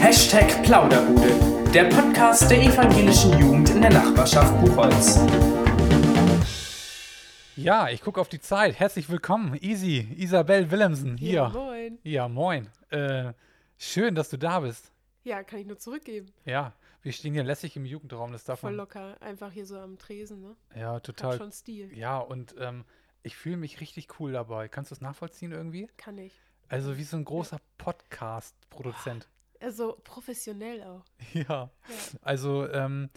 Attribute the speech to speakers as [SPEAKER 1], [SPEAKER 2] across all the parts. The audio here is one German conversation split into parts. [SPEAKER 1] Hashtag Plauderbude, der Podcast der evangelischen Jugend in der Nachbarschaft Buchholz.
[SPEAKER 2] Ja, ich gucke auf die Zeit. Herzlich willkommen, Easy, Isabel Willemsen
[SPEAKER 3] Ja,
[SPEAKER 2] hier.
[SPEAKER 3] moin.
[SPEAKER 2] Ja, moin. Äh, schön, dass du da bist.
[SPEAKER 3] Ja, kann ich nur zurückgeben.
[SPEAKER 2] Ja, wir stehen hier lässig im Jugendraum, das darf
[SPEAKER 3] Voll
[SPEAKER 2] man.
[SPEAKER 3] locker. Einfach hier so am Tresen, ne?
[SPEAKER 2] Ja,
[SPEAKER 3] Hat
[SPEAKER 2] total.
[SPEAKER 3] schon Stil.
[SPEAKER 2] Ja, und ähm, ich fühle mich richtig cool dabei. Kannst du es nachvollziehen irgendwie?
[SPEAKER 3] Kann ich.
[SPEAKER 2] Also wie so ein großer Podcast-Produzent.
[SPEAKER 3] Also professionell auch.
[SPEAKER 2] Ja.
[SPEAKER 3] Ja.
[SPEAKER 2] Also, ähm,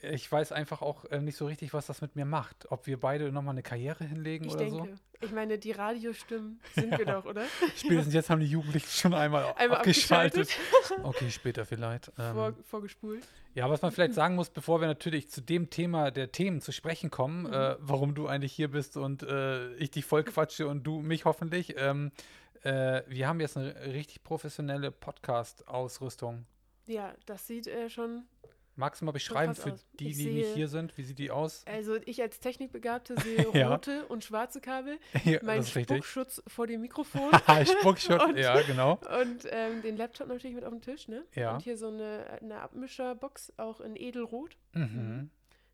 [SPEAKER 2] ich weiß einfach auch äh, nicht so richtig, was das mit mir macht. Ob wir beide nochmal eine Karriere hinlegen
[SPEAKER 3] Ich
[SPEAKER 2] oder so.
[SPEAKER 3] denke. Ich meine, die Radiostimmen sind wir doch, oder?
[SPEAKER 2] Spätestens jetzt haben die Jugendlichen schon einmal,
[SPEAKER 3] Einmal
[SPEAKER 2] abgeschaltet.
[SPEAKER 3] abgeschaltet.
[SPEAKER 2] Okay, später vielleicht. Ähm,
[SPEAKER 3] Vor, vorgespult.
[SPEAKER 2] Ja, was man vielleicht sagen muss, bevor wir natürlich zu dem Thema der Themen zu sprechen kommen,
[SPEAKER 3] Mhm.
[SPEAKER 2] äh, warum du eigentlich hier bist und äh, ich dich voll quatsche und du mich hoffentlich. Ähm, äh, wir haben jetzt eine richtig professionelle Podcast-Ausrüstung.
[SPEAKER 3] Ja, das sieht äh, schon.
[SPEAKER 2] Magst du mal beschreiben
[SPEAKER 3] krass
[SPEAKER 2] für
[SPEAKER 3] aus.
[SPEAKER 2] die,
[SPEAKER 3] Ich
[SPEAKER 2] die nicht
[SPEAKER 3] sehe-
[SPEAKER 2] hier sind? Wie sieht die aus?
[SPEAKER 3] Also ich als Technikbegabte sehe
[SPEAKER 2] Ja.
[SPEAKER 3] rote und schwarze Kabel,
[SPEAKER 2] ja,
[SPEAKER 3] meinen
[SPEAKER 2] das ist richtig.
[SPEAKER 3] Spuckschutz vor dem Mikrofon
[SPEAKER 2] Spuckschutz,
[SPEAKER 3] Und-
[SPEAKER 2] ja, genau.
[SPEAKER 3] und ähm, den Laptop natürlich mit auf dem Tisch, ne?
[SPEAKER 2] Ja.
[SPEAKER 3] Und hier so eine, eine Abmischerbox, auch in Edelrot.
[SPEAKER 2] Mhm.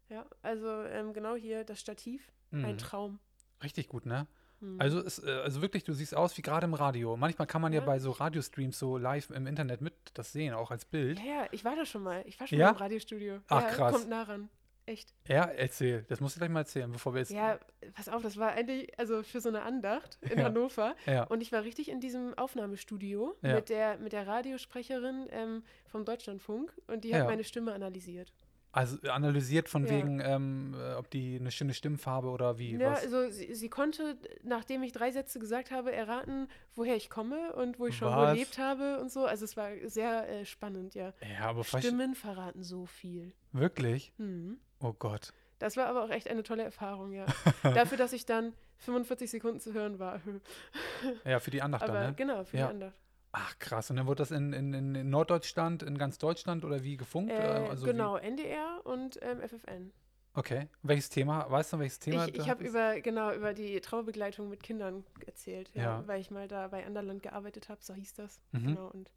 [SPEAKER 3] Ja, also ähm, genau hier das Stativ.
[SPEAKER 2] Mhm.
[SPEAKER 3] Ein Traum.
[SPEAKER 2] Richtig gut, ne?
[SPEAKER 3] Mhm.
[SPEAKER 2] Also, es, äh, also wirklich, du siehst aus wie gerade im Radio. Manchmal kann man ja,
[SPEAKER 3] Ja.
[SPEAKER 2] bei so Radiostreams so live im Internet mit das sehen, auch als Bild.
[SPEAKER 3] Ja, ja, ich war da schon mal. Ich war schon
[SPEAKER 2] Ja?
[SPEAKER 3] mal im Radiostudio.
[SPEAKER 2] Ach,
[SPEAKER 3] ja,
[SPEAKER 2] krass.
[SPEAKER 3] Kommt nah ran. Echt.
[SPEAKER 2] Ja, erzähl. Das musst du gleich mal erzählen, bevor wir jetzt.
[SPEAKER 3] Ja, pass auf, das war eigentlich, also für so eine Andacht in
[SPEAKER 2] Ja.
[SPEAKER 3] Hannover.
[SPEAKER 2] Ja.
[SPEAKER 3] Und ich war richtig in diesem Aufnahmestudio
[SPEAKER 2] Ja.
[SPEAKER 3] mit, der, mit der Radiosprecherin ähm, vom Deutschlandfunk und die
[SPEAKER 2] Ja.
[SPEAKER 3] hat meine Stimme analysiert.
[SPEAKER 2] Also analysiert von
[SPEAKER 3] Ja.
[SPEAKER 2] wegen, ähm, äh, ob die eine schöne Stimmfarbe oder wie.
[SPEAKER 3] Ja,
[SPEAKER 2] was.
[SPEAKER 3] also sie, sie konnte, nachdem ich drei Sätze gesagt habe, erraten, woher ich komme und wo ich schon
[SPEAKER 2] Was?
[SPEAKER 3] gelebt habe und so. Also es war sehr äh, spannend, ja.
[SPEAKER 2] ja aber vielleicht.
[SPEAKER 3] Stimmen verraten so viel.
[SPEAKER 2] Wirklich?
[SPEAKER 3] Hm.
[SPEAKER 2] Oh Gott.
[SPEAKER 3] Das war aber auch echt eine tolle Erfahrung, ja. Dafür, dass ich dann 45 Sekunden zu hören war.
[SPEAKER 2] Ja, für die Andacht
[SPEAKER 3] aber
[SPEAKER 2] dann, ne?
[SPEAKER 3] genau, für
[SPEAKER 2] Ja.
[SPEAKER 3] die Andacht.
[SPEAKER 2] Ach krass. Und dann wurde das in, in, in in Norddeutschland, in ganz Deutschland oder wie gefunkt?
[SPEAKER 3] Äh,
[SPEAKER 2] Äh, also wie-
[SPEAKER 3] genau, NDR und ähm, FFN.
[SPEAKER 2] Okay. Welches Thema? Weißt du, welches Thema?
[SPEAKER 3] ich
[SPEAKER 2] da
[SPEAKER 3] ich habe
[SPEAKER 2] ist?
[SPEAKER 3] über, genau, über die Traubegleitung mit Kindern erzählt, ja,
[SPEAKER 2] Ja.
[SPEAKER 3] weil ich mal da bei Anderland gearbeitet habe, so hieß das.
[SPEAKER 2] Mhm.
[SPEAKER 3] Genau, und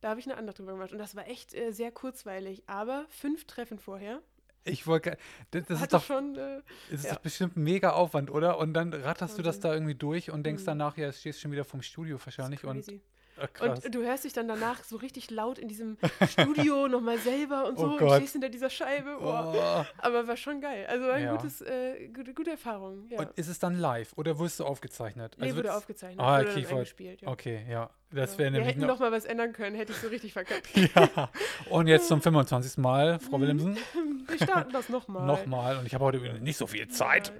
[SPEAKER 3] da habe ich eine Andacht drüber gemacht. Und das war echt äh, sehr kurzweilig, aber fünf Treffen vorher
[SPEAKER 2] Ich wollte. ge- Das, das ist
[SPEAKER 3] hatte
[SPEAKER 2] doch,
[SPEAKER 3] schon, äh,
[SPEAKER 2] das ist
[SPEAKER 3] ja. Mhm.
[SPEAKER 2] doch bestimmt ein mega Aufwand, oder? Und dann ratterst du das
[SPEAKER 3] Wahnsinn.
[SPEAKER 2] da irgendwie durch und denkst
[SPEAKER 3] Hm.
[SPEAKER 2] danach, ja, es stehst schon wieder vom Studio wahrscheinlich. Und,
[SPEAKER 3] crazy.
[SPEAKER 2] ach, krass.
[SPEAKER 3] Und du hörst dich dann danach so richtig laut in diesem Studio nochmal selber und
[SPEAKER 2] Oh
[SPEAKER 3] so und
[SPEAKER 2] Gott.
[SPEAKER 3] stehst hinter dieser Scheibe. Boah.
[SPEAKER 2] oh.
[SPEAKER 3] Aber war schon geil. Also war ein
[SPEAKER 2] Ja.
[SPEAKER 3] gutes, äh, gute, gute Erfahrung. Ja.
[SPEAKER 2] Und ist es dann live oder wirst du aufgezeichnet?
[SPEAKER 3] nee, wurde
[SPEAKER 2] wird's-
[SPEAKER 3] aufgezeichnet.
[SPEAKER 2] Ah,
[SPEAKER 3] wurde
[SPEAKER 2] okay,
[SPEAKER 3] dann
[SPEAKER 2] voll.
[SPEAKER 3] eingespielt. Ja.
[SPEAKER 2] Okay, ja. Das wäre
[SPEAKER 3] Ja. Wir
[SPEAKER 2] nämlich
[SPEAKER 3] hätten
[SPEAKER 2] noch,
[SPEAKER 3] noch mal was ändern können, hätte ich so richtig verkackt.
[SPEAKER 2] Ja. Und jetzt zum 25. Mal, Frau Willemsen,
[SPEAKER 3] Wir starten das Mhm. nochmal.
[SPEAKER 2] nochmal. Und ich habe heute übrigens nicht so viel Zeit.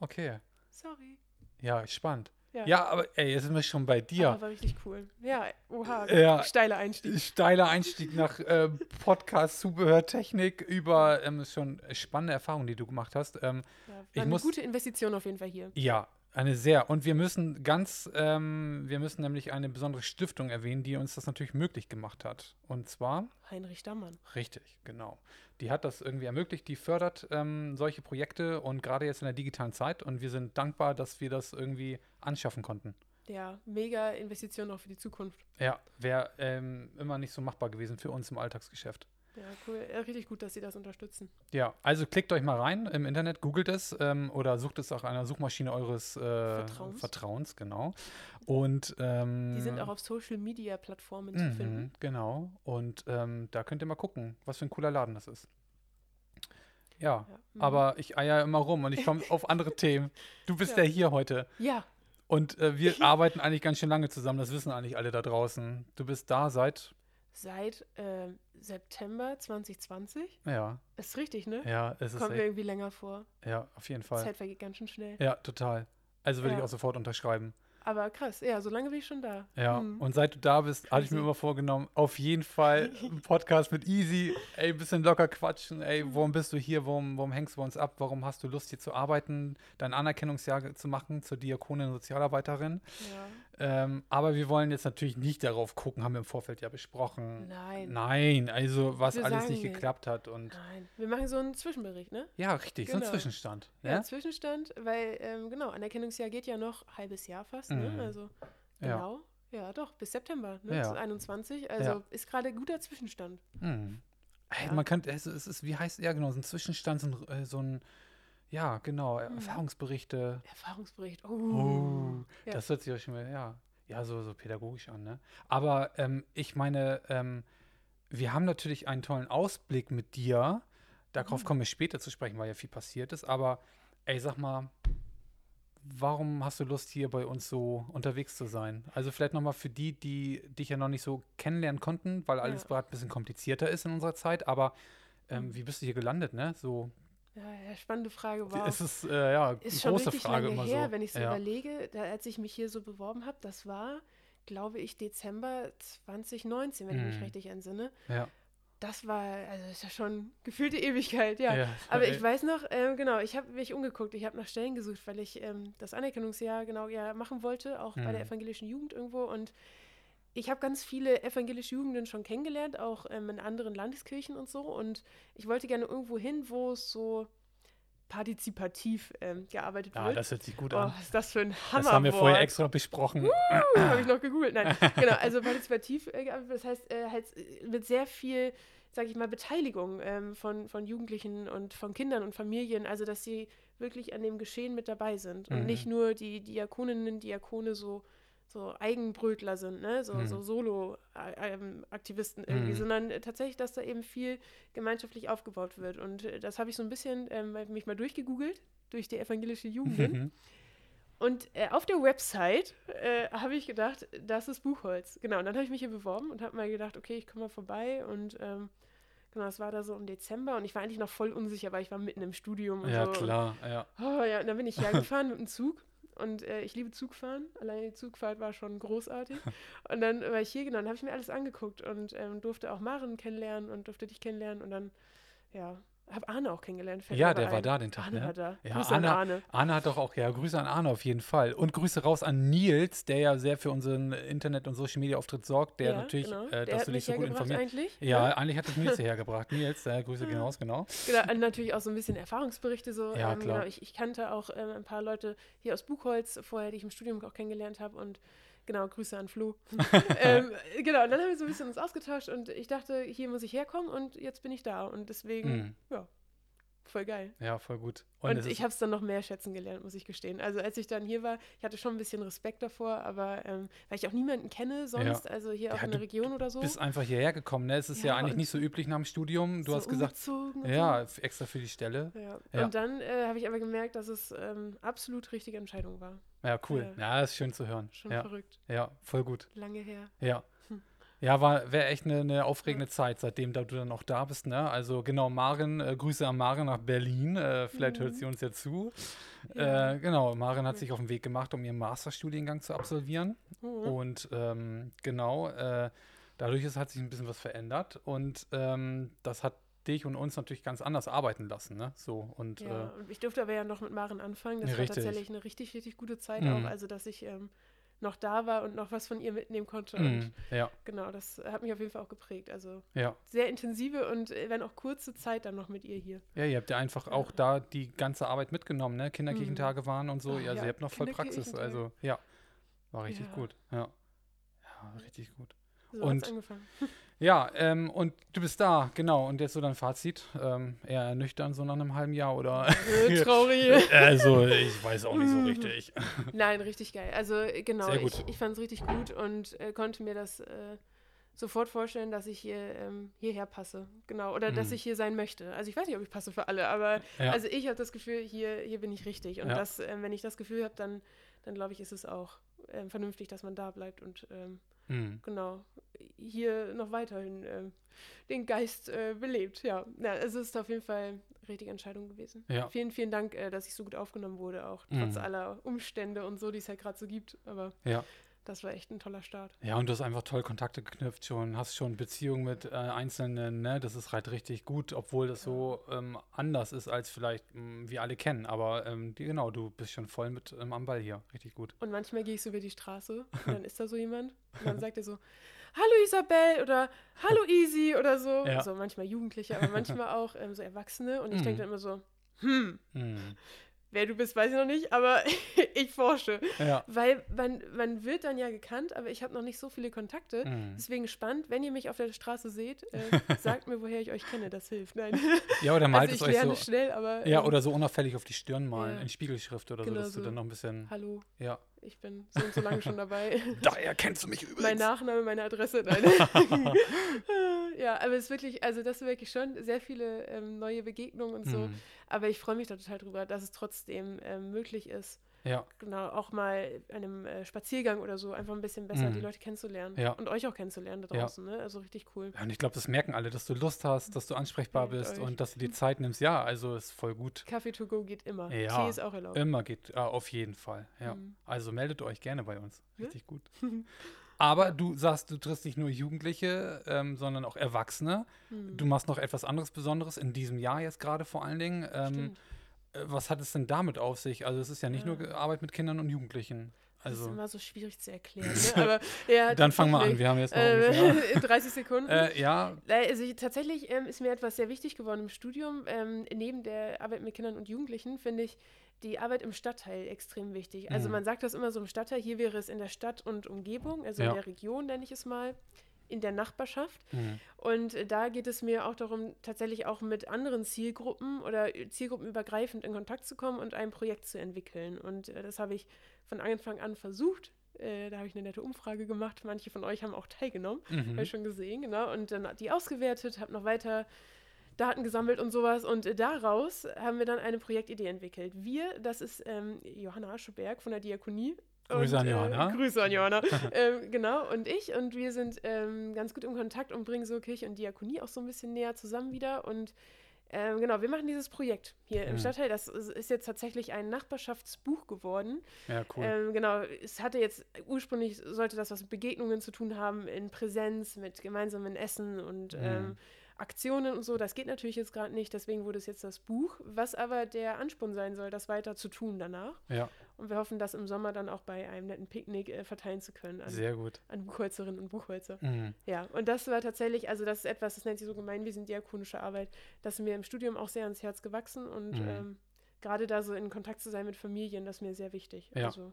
[SPEAKER 2] Okay.
[SPEAKER 3] Sorry.
[SPEAKER 2] Ja, spannend.
[SPEAKER 3] Ja.
[SPEAKER 2] Ja, aber ey, jetzt sind wir schon bei dir.
[SPEAKER 3] Aber war richtig cool. Ja, oha.
[SPEAKER 2] Ja.
[SPEAKER 3] Steiler Einstieg.
[SPEAKER 2] Steiler Einstieg nach äh, Podcast, Zubehörtechnik über ähm, ist schon spannende Erfahrungen, die du gemacht hast. Ähm,
[SPEAKER 3] Ja, war
[SPEAKER 2] Ich
[SPEAKER 3] eine
[SPEAKER 2] muss-
[SPEAKER 3] gute Investition auf jeden Fall hier.
[SPEAKER 2] ja, eine sehr. Und wir müssen ganz, ähm, wir müssen nämlich eine besondere Stiftung erwähnen, die uns das natürlich möglich gemacht hat. Und zwar
[SPEAKER 3] Heinrich Dammann.
[SPEAKER 2] Richtig, genau. Die hat das irgendwie ermöglicht, die fördert ähm, solche Projekte und gerade jetzt in der digitalen Zeit und wir sind dankbar, dass wir das irgendwie anschaffen konnten.
[SPEAKER 3] Ja, mega Investition auch für die Zukunft.
[SPEAKER 2] Ja, wäre ähm, immer nicht so machbar gewesen für uns im Alltagsgeschäft.
[SPEAKER 3] Ja, cool. Ja, richtig gut, dass sie das unterstützen.
[SPEAKER 2] Ja, also klickt euch mal rein im Internet, googelt es ähm, oder sucht es auch einer Suchmaschine eures äh, Vertrauens.
[SPEAKER 3] Vertrauens.
[SPEAKER 2] genau. Und ähm,
[SPEAKER 3] Die sind auch auf Social Media Plattformen zu
[SPEAKER 2] mhm,
[SPEAKER 3] finden.
[SPEAKER 2] Genau. Und ähm, da könnt ihr mal gucken, was für ein cooler Laden das ist. Ja.
[SPEAKER 3] Ja. mhm.
[SPEAKER 2] Aber ich eier immer rum und ich komme auf andere Themen. Du bist ja,
[SPEAKER 3] Ja.
[SPEAKER 2] hier heute.
[SPEAKER 3] ja,
[SPEAKER 2] Und äh, wir arbeiten eigentlich ganz schön lange zusammen, das wissen eigentlich alle da draußen. Du bist da seit,
[SPEAKER 3] seit äh, September 2020.
[SPEAKER 2] ja,
[SPEAKER 3] Ist richtig, ne?
[SPEAKER 2] ja, es ist
[SPEAKER 3] Kommt mir
[SPEAKER 2] echt,
[SPEAKER 3] irgendwie länger vor.
[SPEAKER 2] ja, auf jeden
[SPEAKER 3] Die
[SPEAKER 2] Fall.
[SPEAKER 3] Zeit vergeht ganz schön schnell.
[SPEAKER 2] Ja, total. Also würde ich
[SPEAKER 3] Ja.
[SPEAKER 2] auch sofort unterschreiben.
[SPEAKER 3] Aber krass, ja, so lange bin ich schon da.
[SPEAKER 2] Ja,
[SPEAKER 3] Hm.
[SPEAKER 2] und seit du da bist, hatte ich mir
[SPEAKER 3] Crazy.
[SPEAKER 2] immer vorgenommen, auf jeden Fall einen Podcast mit Easy, ey, ein bisschen locker quatschen, ey, warum bist du hier, warum, warum hängst du bei uns ab, warum hast du Lust hier zu arbeiten, dein Anerkennungsjahr zu machen zur Diakonin und Sozialarbeiterin.
[SPEAKER 3] ja.
[SPEAKER 2] Ähm, aber wir wollen jetzt natürlich nicht darauf gucken, haben wir im Vorfeld ja besprochen.
[SPEAKER 3] Nein.
[SPEAKER 2] Nein, also was
[SPEAKER 3] Wir
[SPEAKER 2] alles
[SPEAKER 3] sagen
[SPEAKER 2] nicht
[SPEAKER 3] nicht.
[SPEAKER 2] geklappt hat und
[SPEAKER 3] Nein. Wir machen so einen Zwischenbericht, ne?
[SPEAKER 2] ja, richtig, so ein
[SPEAKER 3] Genau.
[SPEAKER 2] Zwischenstand. ne?
[SPEAKER 3] Ja,
[SPEAKER 2] Ja?
[SPEAKER 3] Zwischenstand, weil, ähm, genau, Anerkennungsjahr geht ja noch halbes Jahr fast,
[SPEAKER 2] Mhm.
[SPEAKER 3] ne? Also,
[SPEAKER 2] Ja.
[SPEAKER 3] genau. Ja, doch, bis September ne?
[SPEAKER 2] Ja.
[SPEAKER 3] 21. Also
[SPEAKER 2] Ja.
[SPEAKER 3] ist gerade guter Zwischenstand.
[SPEAKER 2] Hm. Ey,
[SPEAKER 3] Ja.
[SPEAKER 2] Man kann, es ist, es ist, wie heißt er genau, so ein Zwischenstand, so ein, äh, so ein ja, genau,
[SPEAKER 3] Hm.
[SPEAKER 2] Erfahrungsberichte.
[SPEAKER 3] Erfahrungsbericht. Oh.
[SPEAKER 2] Oh,
[SPEAKER 3] Ja.
[SPEAKER 2] das hört sich ja schon mal, ja, ja, so, so pädagogisch an, ne? Aber ähm, ich meine, ähm, wir haben natürlich einen tollen Ausblick mit dir.
[SPEAKER 3] Mhm.
[SPEAKER 2] Darauf kommen wir später zu sprechen, weil ja viel passiert ist. Aber ey, sag mal, warum hast du Lust, hier bei uns so unterwegs zu sein? Also vielleicht nochmal für die, die dich ja noch nicht so kennenlernen konnten, weil alles
[SPEAKER 3] Ja.
[SPEAKER 2] gerade ein bisschen komplizierter ist in unserer Zeit. Aber
[SPEAKER 3] Mhm.
[SPEAKER 2] ähm, wie bist du hier gelandet, ne? So,
[SPEAKER 3] Ja, ja, spannende Frage. Wow.
[SPEAKER 2] es ist äh, ja eine
[SPEAKER 3] Ist schon
[SPEAKER 2] große
[SPEAKER 3] richtig
[SPEAKER 2] Frage
[SPEAKER 3] lange
[SPEAKER 2] immer
[SPEAKER 3] her,
[SPEAKER 2] so.
[SPEAKER 3] wenn ich so
[SPEAKER 2] ja.
[SPEAKER 3] überlege, da, als ich mich hier so beworben habe, das war, glaube ich, Dezember 2019, wenn ich
[SPEAKER 2] Mhm.
[SPEAKER 3] mich richtig entsinne.
[SPEAKER 2] Ja.
[SPEAKER 3] Das war, also ist ja schon gefühlte Ewigkeit, ja.
[SPEAKER 2] Ja, Äh,
[SPEAKER 3] Aber
[SPEAKER 2] ey.
[SPEAKER 3] ich weiß noch, ähm, genau, ich habe mich umgeguckt, ich habe nach Stellen gesucht, weil ich ähm, das Anerkennungsjahr genau ja machen wollte, auch bei der
[SPEAKER 2] Mhm.
[SPEAKER 3] evangelischen Jugend irgendwo. Und ich habe ganz viele evangelische Jugenden schon kennengelernt, auch ähm, in anderen Landeskirchen und so. Und ich wollte gerne irgendwo hin, wo es so partizipativ ähm, gearbeitet
[SPEAKER 2] Ja,
[SPEAKER 3] wird.
[SPEAKER 2] Ah, das hört sich gut
[SPEAKER 3] Oh,
[SPEAKER 2] an.
[SPEAKER 3] was ist das für ein Hammer?
[SPEAKER 2] Das haben wir vorher extra besprochen.
[SPEAKER 3] habe ich noch gegoogelt. Nein, genau, also partizipativ, äh, gearbeitet, das heißt äh, halt äh, mit sehr viel, sage ich mal, Beteiligung ähm, von, von Jugendlichen und von Kindern und Familien, also dass sie wirklich an dem Geschehen mit dabei sind und
[SPEAKER 2] Mhm.
[SPEAKER 3] nicht nur die Diakoninnen, Diakone so so Eigenbrötler sind, ne? so,
[SPEAKER 2] Mhm.
[SPEAKER 3] so Solo-Aktivisten irgendwie,
[SPEAKER 2] Mhm.
[SPEAKER 3] sondern äh, tatsächlich, dass da eben viel gemeinschaftlich aufgebaut wird. Und äh, das habe ich so ein bisschen ähm, mich mal durchgegoogelt, durch die evangelische Jugend.
[SPEAKER 2] Mhm.
[SPEAKER 3] Und äh, auf der Website äh, habe ich gedacht, das ist Buchholz. Genau, und dann habe ich mich hier beworben und habe mal gedacht, okay, ich komme mal vorbei. Und ähm, genau, das war da so im Dezember und ich war eigentlich noch voll unsicher, weil ich war mitten im Studium und
[SPEAKER 2] ja,
[SPEAKER 3] so.
[SPEAKER 2] klar. Ja.
[SPEAKER 3] Und, oh, ja, und dann bin ich ja gefahren mit dem Zug. Und äh, ich liebe Zugfahren. Allein die Zugfahrt war schon großartig. Und dann war ich hier, genau, dann habe ich mir alles angeguckt und ähm, durfte auch Maren kennenlernen und durfte dich kennenlernen. Und dann, ja, habe Arne auch kennengelernt. fällt
[SPEAKER 2] ja,
[SPEAKER 3] mir
[SPEAKER 2] der
[SPEAKER 3] aber
[SPEAKER 2] war
[SPEAKER 3] ein.
[SPEAKER 2] da den Tag,
[SPEAKER 3] Arne
[SPEAKER 2] ne?
[SPEAKER 3] war da.
[SPEAKER 2] Ja,
[SPEAKER 3] Grüße an
[SPEAKER 2] Arne,
[SPEAKER 3] Arne.
[SPEAKER 2] Arne hat doch auch, ja, Grüße an Arne auf jeden Fall. Und Grüße raus an Nils, der ja sehr für unseren Internet- und Social-Media-Auftritt sorgt, der
[SPEAKER 3] Ja,
[SPEAKER 2] natürlich,
[SPEAKER 3] genau.
[SPEAKER 2] äh,
[SPEAKER 3] Der
[SPEAKER 2] dass
[SPEAKER 3] hat
[SPEAKER 2] du dich
[SPEAKER 3] mich
[SPEAKER 2] so gut
[SPEAKER 3] hergebracht
[SPEAKER 2] informierst.
[SPEAKER 3] Eigentlich,
[SPEAKER 2] Ja,
[SPEAKER 3] ne? Mhm.
[SPEAKER 2] eigentlich hat das Nils hierher gebracht. Nils, äh, Grüße gehen raus, genau.
[SPEAKER 3] genau, und natürlich auch so ein bisschen Erfahrungsberichte. So,
[SPEAKER 2] Ja,
[SPEAKER 3] ähm,
[SPEAKER 2] klar.
[SPEAKER 3] Genau, ich, ich kannte auch ähm, ein paar Leute hier aus Buchholz vorher, die ich im Studium auch kennengelernt habe. Und genau, Grüße an Flo. ähm, genau, und dann haben wir so ein bisschen uns ausgetauscht und ich dachte, hier muss ich herkommen und jetzt bin ich da. Und deswegen,
[SPEAKER 2] Mhm.
[SPEAKER 3] ja, voll geil.
[SPEAKER 2] Ja, voll gut.
[SPEAKER 3] Und,
[SPEAKER 2] es
[SPEAKER 3] ich
[SPEAKER 2] ist,
[SPEAKER 3] habe es dann noch mehr schätzen gelernt, muss ich gestehen. Also als ich dann hier war, ich hatte schon ein bisschen Respekt davor, aber ähm, weil ich auch niemanden kenne sonst, also hier auch
[SPEAKER 2] Ja,
[SPEAKER 3] in
[SPEAKER 2] du-
[SPEAKER 3] der Region oder so.
[SPEAKER 2] bist einfach hierher gekommen, ne? Es ist ja,
[SPEAKER 3] Ja,
[SPEAKER 2] eigentlich
[SPEAKER 3] und-
[SPEAKER 2] nicht so üblich nach dem Studium. Du
[SPEAKER 3] so
[SPEAKER 2] hast gesagt,
[SPEAKER 3] umgezogen und
[SPEAKER 2] ja, f- extra für die Stelle.
[SPEAKER 3] Ja.
[SPEAKER 2] Ja.
[SPEAKER 3] Und dann äh, habe ich aber gemerkt, dass es ähm, absolut richtige Entscheidung war.
[SPEAKER 2] Ja, cool.
[SPEAKER 3] Ja.
[SPEAKER 2] Ja, ist schön zu hören.
[SPEAKER 3] Schon
[SPEAKER 2] ja,
[SPEAKER 3] verrückt.
[SPEAKER 2] ja, voll gut.
[SPEAKER 3] Lange her.
[SPEAKER 2] Ja. Ja, war wäre echt eine, eine aufregende Zeit, seitdem da du dann auch da bist, ne? Also genau, Maren, äh, Grüße an Maren nach Berlin. Äh, vielleicht hört sie uns ja zu.
[SPEAKER 3] Mhm. Ja.
[SPEAKER 2] Äh, genau, Maren hat sich auf den Weg gemacht, um ihren Masterstudiengang zu absolvieren.
[SPEAKER 3] Mhm.
[SPEAKER 2] Und ähm, genau, äh, dadurch ist, hat sich ein bisschen was verändert und ähm, das hat dich und uns natürlich ganz anders arbeiten lassen, ne? So und äh,
[SPEAKER 3] ja. Und ich durfte aber ja noch mit Maren anfangen. Das
[SPEAKER 2] Ja,
[SPEAKER 3] war
[SPEAKER 2] richtig.
[SPEAKER 3] tatsächlich eine richtig, richtig gute Zeit
[SPEAKER 2] Mhm.
[SPEAKER 3] auch. Also, dass ich ähm, noch da war und noch was von ihr mitnehmen konnte.
[SPEAKER 2] äh, mh,
[SPEAKER 3] Und
[SPEAKER 2] ja,
[SPEAKER 3] genau, das hat mich auf jeden Fall auch geprägt. Also
[SPEAKER 2] ja.
[SPEAKER 3] sehr intensive und äh, wenn auch kurze Zeit dann noch mit ihr hier.
[SPEAKER 2] Ja, ihr habt ja einfach auch da die ganze Arbeit mitgenommen, ne? Kinderkirchentage waren und so.
[SPEAKER 3] Oh,
[SPEAKER 2] also
[SPEAKER 3] ja,
[SPEAKER 2] ihr habt noch voll Praxis.
[SPEAKER 3] Kinderkirchentage.
[SPEAKER 2] Also, ja. War richtig
[SPEAKER 3] Ja.
[SPEAKER 2] gut. Ja. Ja, richtig gut.
[SPEAKER 3] So
[SPEAKER 2] Und-
[SPEAKER 3] hat's angefangen.
[SPEAKER 2] Ja, ähm, und du bist da, genau. Und jetzt so dein Fazit. Ähm, eher nüchtern, so nach einem halben Jahr oder.
[SPEAKER 3] Äh, Traurig.
[SPEAKER 2] also, ich weiß auch nicht so richtig.
[SPEAKER 3] Also Nein, richtig geil. Also äh, genau,
[SPEAKER 2] Sehr gut.
[SPEAKER 3] ich, ich fand es richtig gut und äh, konnte mir das äh, sofort vorstellen, dass ich hier ähm, hierher passe. Genau. Oder dass
[SPEAKER 2] Mhm.
[SPEAKER 3] ich hier sein möchte. Also ich weiß nicht, ob ich passe für alle, aber
[SPEAKER 2] Ja.
[SPEAKER 3] also ich habe das Gefühl, hier, hier bin ich richtig. Und
[SPEAKER 2] Ja.
[SPEAKER 3] das, ähm, wenn ich das Gefühl habe, dann, dann glaube ich, ist es auch ähm, vernünftig, dass man da bleibt und ähm,
[SPEAKER 2] Hm.
[SPEAKER 3] genau hier noch weiterhin ähm, den Geist äh, belebt. Ja. ja, also es ist auf jeden Fall richtige Entscheidung gewesen.
[SPEAKER 2] Ja.
[SPEAKER 3] Vielen, vielen Dank, äh, dass ich so gut aufgenommen wurde, auch trotz
[SPEAKER 2] Mhm.
[SPEAKER 3] aller Umstände und so, die es halt gerade so gibt. Aber
[SPEAKER 2] Ja.
[SPEAKER 3] das war echt ein toller Start.
[SPEAKER 2] Ja, und du hast einfach toll Kontakte geknüpft schon, hast schon Beziehungen mit äh, Einzelnen, ne? Das ist halt richtig gut, obwohl das so ähm, anders ist, als vielleicht mh, wir alle kennen. Aber ähm, die, genau, du bist schon voll mit ähm, am Ball hier. Richtig gut.
[SPEAKER 3] Und manchmal gehe ich so über die Straße und dann ist da so jemand und dann sagt er so, Hallo Isabel oder Hallo Easy oder so.
[SPEAKER 2] Ja.
[SPEAKER 3] So manchmal Jugendliche, aber manchmal auch ähm, so Erwachsene. Und ich
[SPEAKER 2] Mhm.
[SPEAKER 3] denke dann immer so, hm,
[SPEAKER 2] Hm.
[SPEAKER 3] Wer du bist, weiß ich noch nicht, aber ich forsche.
[SPEAKER 2] Ja.
[SPEAKER 3] Weil man, man wird dann ja gekannt, aber ich habe noch nicht so viele Kontakte.
[SPEAKER 2] Mhm.
[SPEAKER 3] Deswegen spannend, wenn ihr mich auf der Straße seht, äh, sagt mir, woher ich euch kenne, das hilft. Nein.
[SPEAKER 2] ja, oder malt
[SPEAKER 3] Also ich
[SPEAKER 2] es euch
[SPEAKER 3] lerne
[SPEAKER 2] so.
[SPEAKER 3] schnell, aber.
[SPEAKER 2] Ja,
[SPEAKER 3] ähm,
[SPEAKER 2] oder so unauffällig auf die Stirn malen,
[SPEAKER 3] ja.
[SPEAKER 2] in Spiegelschrift oder
[SPEAKER 3] Genau
[SPEAKER 2] so, dass
[SPEAKER 3] so.
[SPEAKER 2] du dann noch ein bisschen.
[SPEAKER 3] Hallo,
[SPEAKER 2] Ja.
[SPEAKER 3] ich bin so und so lange schon dabei.
[SPEAKER 2] Daher kennst du mich übrigens.
[SPEAKER 3] mein Nachname, meine Adresse. Nein. ja, aber es ist wirklich, also das sind wirklich schon sehr viele ähm, neue Begegnungen und so.
[SPEAKER 2] Mhm.
[SPEAKER 3] Aber ich freue mich da total drüber, dass es trotzdem ähm, möglich ist,
[SPEAKER 2] Ja,
[SPEAKER 3] genau, auch mal an einem äh, Spaziergang oder so einfach ein bisschen besser
[SPEAKER 2] Mhm.
[SPEAKER 3] die Leute kennenzulernen.
[SPEAKER 2] Ja.
[SPEAKER 3] Und euch auch kennenzulernen da
[SPEAKER 2] Ja.
[SPEAKER 3] draußen, ne? Also richtig cool.
[SPEAKER 2] Ja, und ich glaube, das merken alle, dass du Lust hast, dass du ansprechbar
[SPEAKER 3] Meldet
[SPEAKER 2] bist
[SPEAKER 3] euch.
[SPEAKER 2] und dass du dir Zeit nimmst. Ja, also ist voll gut.
[SPEAKER 3] Kaffee to go geht immer.
[SPEAKER 2] Ja.
[SPEAKER 3] Tee ist auch erlaubt.
[SPEAKER 2] Immer geht, ah, auf jeden Fall. Ja.
[SPEAKER 3] Mhm.
[SPEAKER 2] Also meldet euch gerne bei uns.
[SPEAKER 3] Ja.
[SPEAKER 2] Richtig gut. Aber du sagst, du triffst nicht nur Jugendliche, ähm, sondern auch Erwachsene.
[SPEAKER 3] Hm. Mhm.
[SPEAKER 2] Du machst noch etwas anderes Besonderes in diesem Jahr jetzt gerade vor allen Dingen. Ähm,
[SPEAKER 3] Stimmt.
[SPEAKER 2] äh, was hat es denn damit auf sich? Also es ist ja nicht nur
[SPEAKER 3] Ja.
[SPEAKER 2] Ge- Arbeit mit Kindern und Jugendlichen.
[SPEAKER 3] das ist
[SPEAKER 2] Also
[SPEAKER 3] immer so schwierig zu erklären. Ne? Aber, ja,
[SPEAKER 2] dann fangen wir an.
[SPEAKER 3] tatsächlich.
[SPEAKER 2] Wir haben jetzt noch ungefähr,
[SPEAKER 3] äh, in 30 Sekunden.
[SPEAKER 2] äh, ja,
[SPEAKER 3] Nein, Also ich, tatsächlich ähm, ist mir etwas sehr wichtig geworden im Studium. Ähm, neben der Arbeit mit Kindern und Jugendlichen finde ich die Arbeit im Stadtteil extrem wichtig. Also
[SPEAKER 2] Mhm.
[SPEAKER 3] man sagt das immer so im Stadtteil, hier wäre es in der Stadt und Umgebung, also
[SPEAKER 2] Ja.
[SPEAKER 3] in der Region nenne ich es mal, in der Nachbarschaft.
[SPEAKER 2] Mhm.
[SPEAKER 3] Und äh, da geht es mir auch darum, tatsächlich auch mit anderen Zielgruppen oder äh, zielgruppenübergreifend in Kontakt zu kommen und ein Projekt zu entwickeln. Und äh, das habe ich von Anfang an versucht. Äh, da habe ich eine nette Umfrage gemacht. Manche von euch haben auch teilgenommen. Habe
[SPEAKER 2] Mhm.
[SPEAKER 3] ich schon gesehen, genau. Und dann die ausgewertet, habe noch weiter Daten gesammelt und sowas. Und äh, daraus haben wir dann eine Projektidee entwickelt. Wir, das ist ähm, Johanna Ascheberg von der Diakonie.
[SPEAKER 2] Grüße
[SPEAKER 3] und,
[SPEAKER 2] an Johanna.
[SPEAKER 3] Äh, Grüße an Johanna. ähm, genau, und ich. Und wir sind ähm, ganz gut im Kontakt und bringen so Kirche und Diakonie auch so ein bisschen näher zusammen wieder. Und ähm, genau, wir machen dieses Projekt hier im
[SPEAKER 2] Mhm.
[SPEAKER 3] Stadtteil. Das ist ist jetzt tatsächlich ein Nachbarschaftsbuch geworden.
[SPEAKER 2] ja, cool.
[SPEAKER 3] Ähm, genau, es hatte jetzt ursprünglich sollte das was mit Begegnungen zu tun haben, in Präsenz, mit gemeinsamen Essen und
[SPEAKER 2] Mhm.
[SPEAKER 3] ähm, Aktionen und so. Das geht natürlich jetzt gerade nicht, deswegen wurde es jetzt das Buch, was aber der Ansporn sein soll, das weiter zu tun danach.
[SPEAKER 2] ja,
[SPEAKER 3] Und wir hoffen, das im Sommer dann auch bei einem netten Picknick äh, verteilen zu können an,
[SPEAKER 2] sehr gut.
[SPEAKER 3] an Buchholzerinnen und Buchholzer.
[SPEAKER 2] Mhm.
[SPEAKER 3] Ja, und das war tatsächlich, also das ist etwas, das nennt sich so Gemeinwesen diakonische Arbeit, das ist mir im Studium auch sehr ans Herz gewachsen und
[SPEAKER 2] Mhm.
[SPEAKER 3] ähm, gerade da so in Kontakt zu sein mit Familien, das ist mir sehr wichtig.
[SPEAKER 2] Ja.
[SPEAKER 3] Also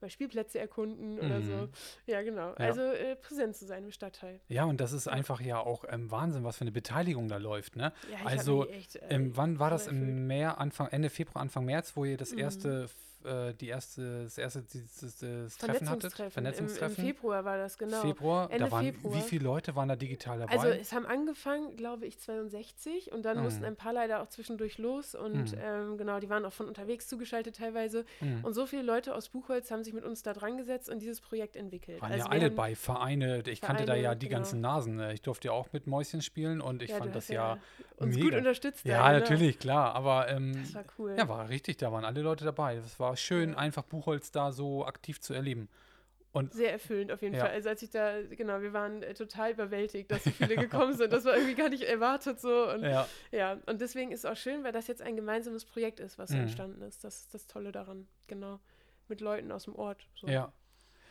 [SPEAKER 3] mal Spielplätze erkunden oder so.
[SPEAKER 2] Mhm.
[SPEAKER 3] Ja, genau. Also äh, präsent zu sein im Stadtteil.
[SPEAKER 2] Ja, und das ist einfach ja auch ähm, Wahnsinn, was für eine Beteiligung da läuft, ne?
[SPEAKER 3] Ja, ich hab
[SPEAKER 2] also,
[SPEAKER 3] mich echt, äh,
[SPEAKER 2] ähm, wann war das?
[SPEAKER 3] erfüllt.
[SPEAKER 2] Im März, Anfang, Ende Februar, Anfang März, wo ihr das
[SPEAKER 3] Mhm.
[SPEAKER 2] erste, f- äh, die erste, das erste dieses, dieses Treffen hattet?
[SPEAKER 3] Vernetzungstreffen. Im, Im Februar war das, genau.
[SPEAKER 2] Februar,
[SPEAKER 3] Ende
[SPEAKER 2] da waren, wie
[SPEAKER 3] Februar.
[SPEAKER 2] viele Leute waren da digital dabei?
[SPEAKER 3] Also es haben angefangen, glaube ich, 62 und dann
[SPEAKER 2] Mhm.
[SPEAKER 3] mussten ein paar leider auch zwischendurch los und
[SPEAKER 2] Mhm.
[SPEAKER 3] ähm, genau, die waren auch von unterwegs zugeschaltet teilweise.
[SPEAKER 2] Mhm.
[SPEAKER 3] Und so viele Leute aus Buchholz haben sich mit uns da dran gesetzt und dieses Projekt entwickelt.
[SPEAKER 2] waren ja
[SPEAKER 3] Also wir
[SPEAKER 2] alle
[SPEAKER 3] haben-
[SPEAKER 2] bei Vereine. Ich kannte da
[SPEAKER 3] Vereine,
[SPEAKER 2] ja die
[SPEAKER 3] genau.
[SPEAKER 2] ganzen Nasen. Ne? Ich durfte ja auch mit Mäuschen spielen und ich
[SPEAKER 3] ja,
[SPEAKER 2] fand
[SPEAKER 3] du
[SPEAKER 2] das
[SPEAKER 3] hast
[SPEAKER 2] ja.
[SPEAKER 3] uns gut
[SPEAKER 2] mega.
[SPEAKER 3] unterstützt.
[SPEAKER 2] Ja,
[SPEAKER 3] da, genau.
[SPEAKER 2] natürlich, klar. Aber ähm,
[SPEAKER 3] Das war cool.
[SPEAKER 2] Ja, war richtig, da waren alle Leute dabei. Das war schön,
[SPEAKER 3] Ja.
[SPEAKER 2] einfach Buchholz da so aktiv zu erleben. Und
[SPEAKER 3] Sehr erfüllend auf jeden
[SPEAKER 2] Ja.
[SPEAKER 3] Fall. Also als ich da, genau, wir waren äh, total überwältigt, dass so viele gekommen sind. Das war irgendwie gar nicht erwartet so. Und, ja.
[SPEAKER 2] ja,
[SPEAKER 3] und deswegen ist es auch schön, weil das jetzt ein gemeinsames Projekt ist, was
[SPEAKER 2] Mhm.
[SPEAKER 3] entstanden ist. Das ist das Tolle daran, genau. Mit Leuten aus dem Ort. So.
[SPEAKER 2] ja.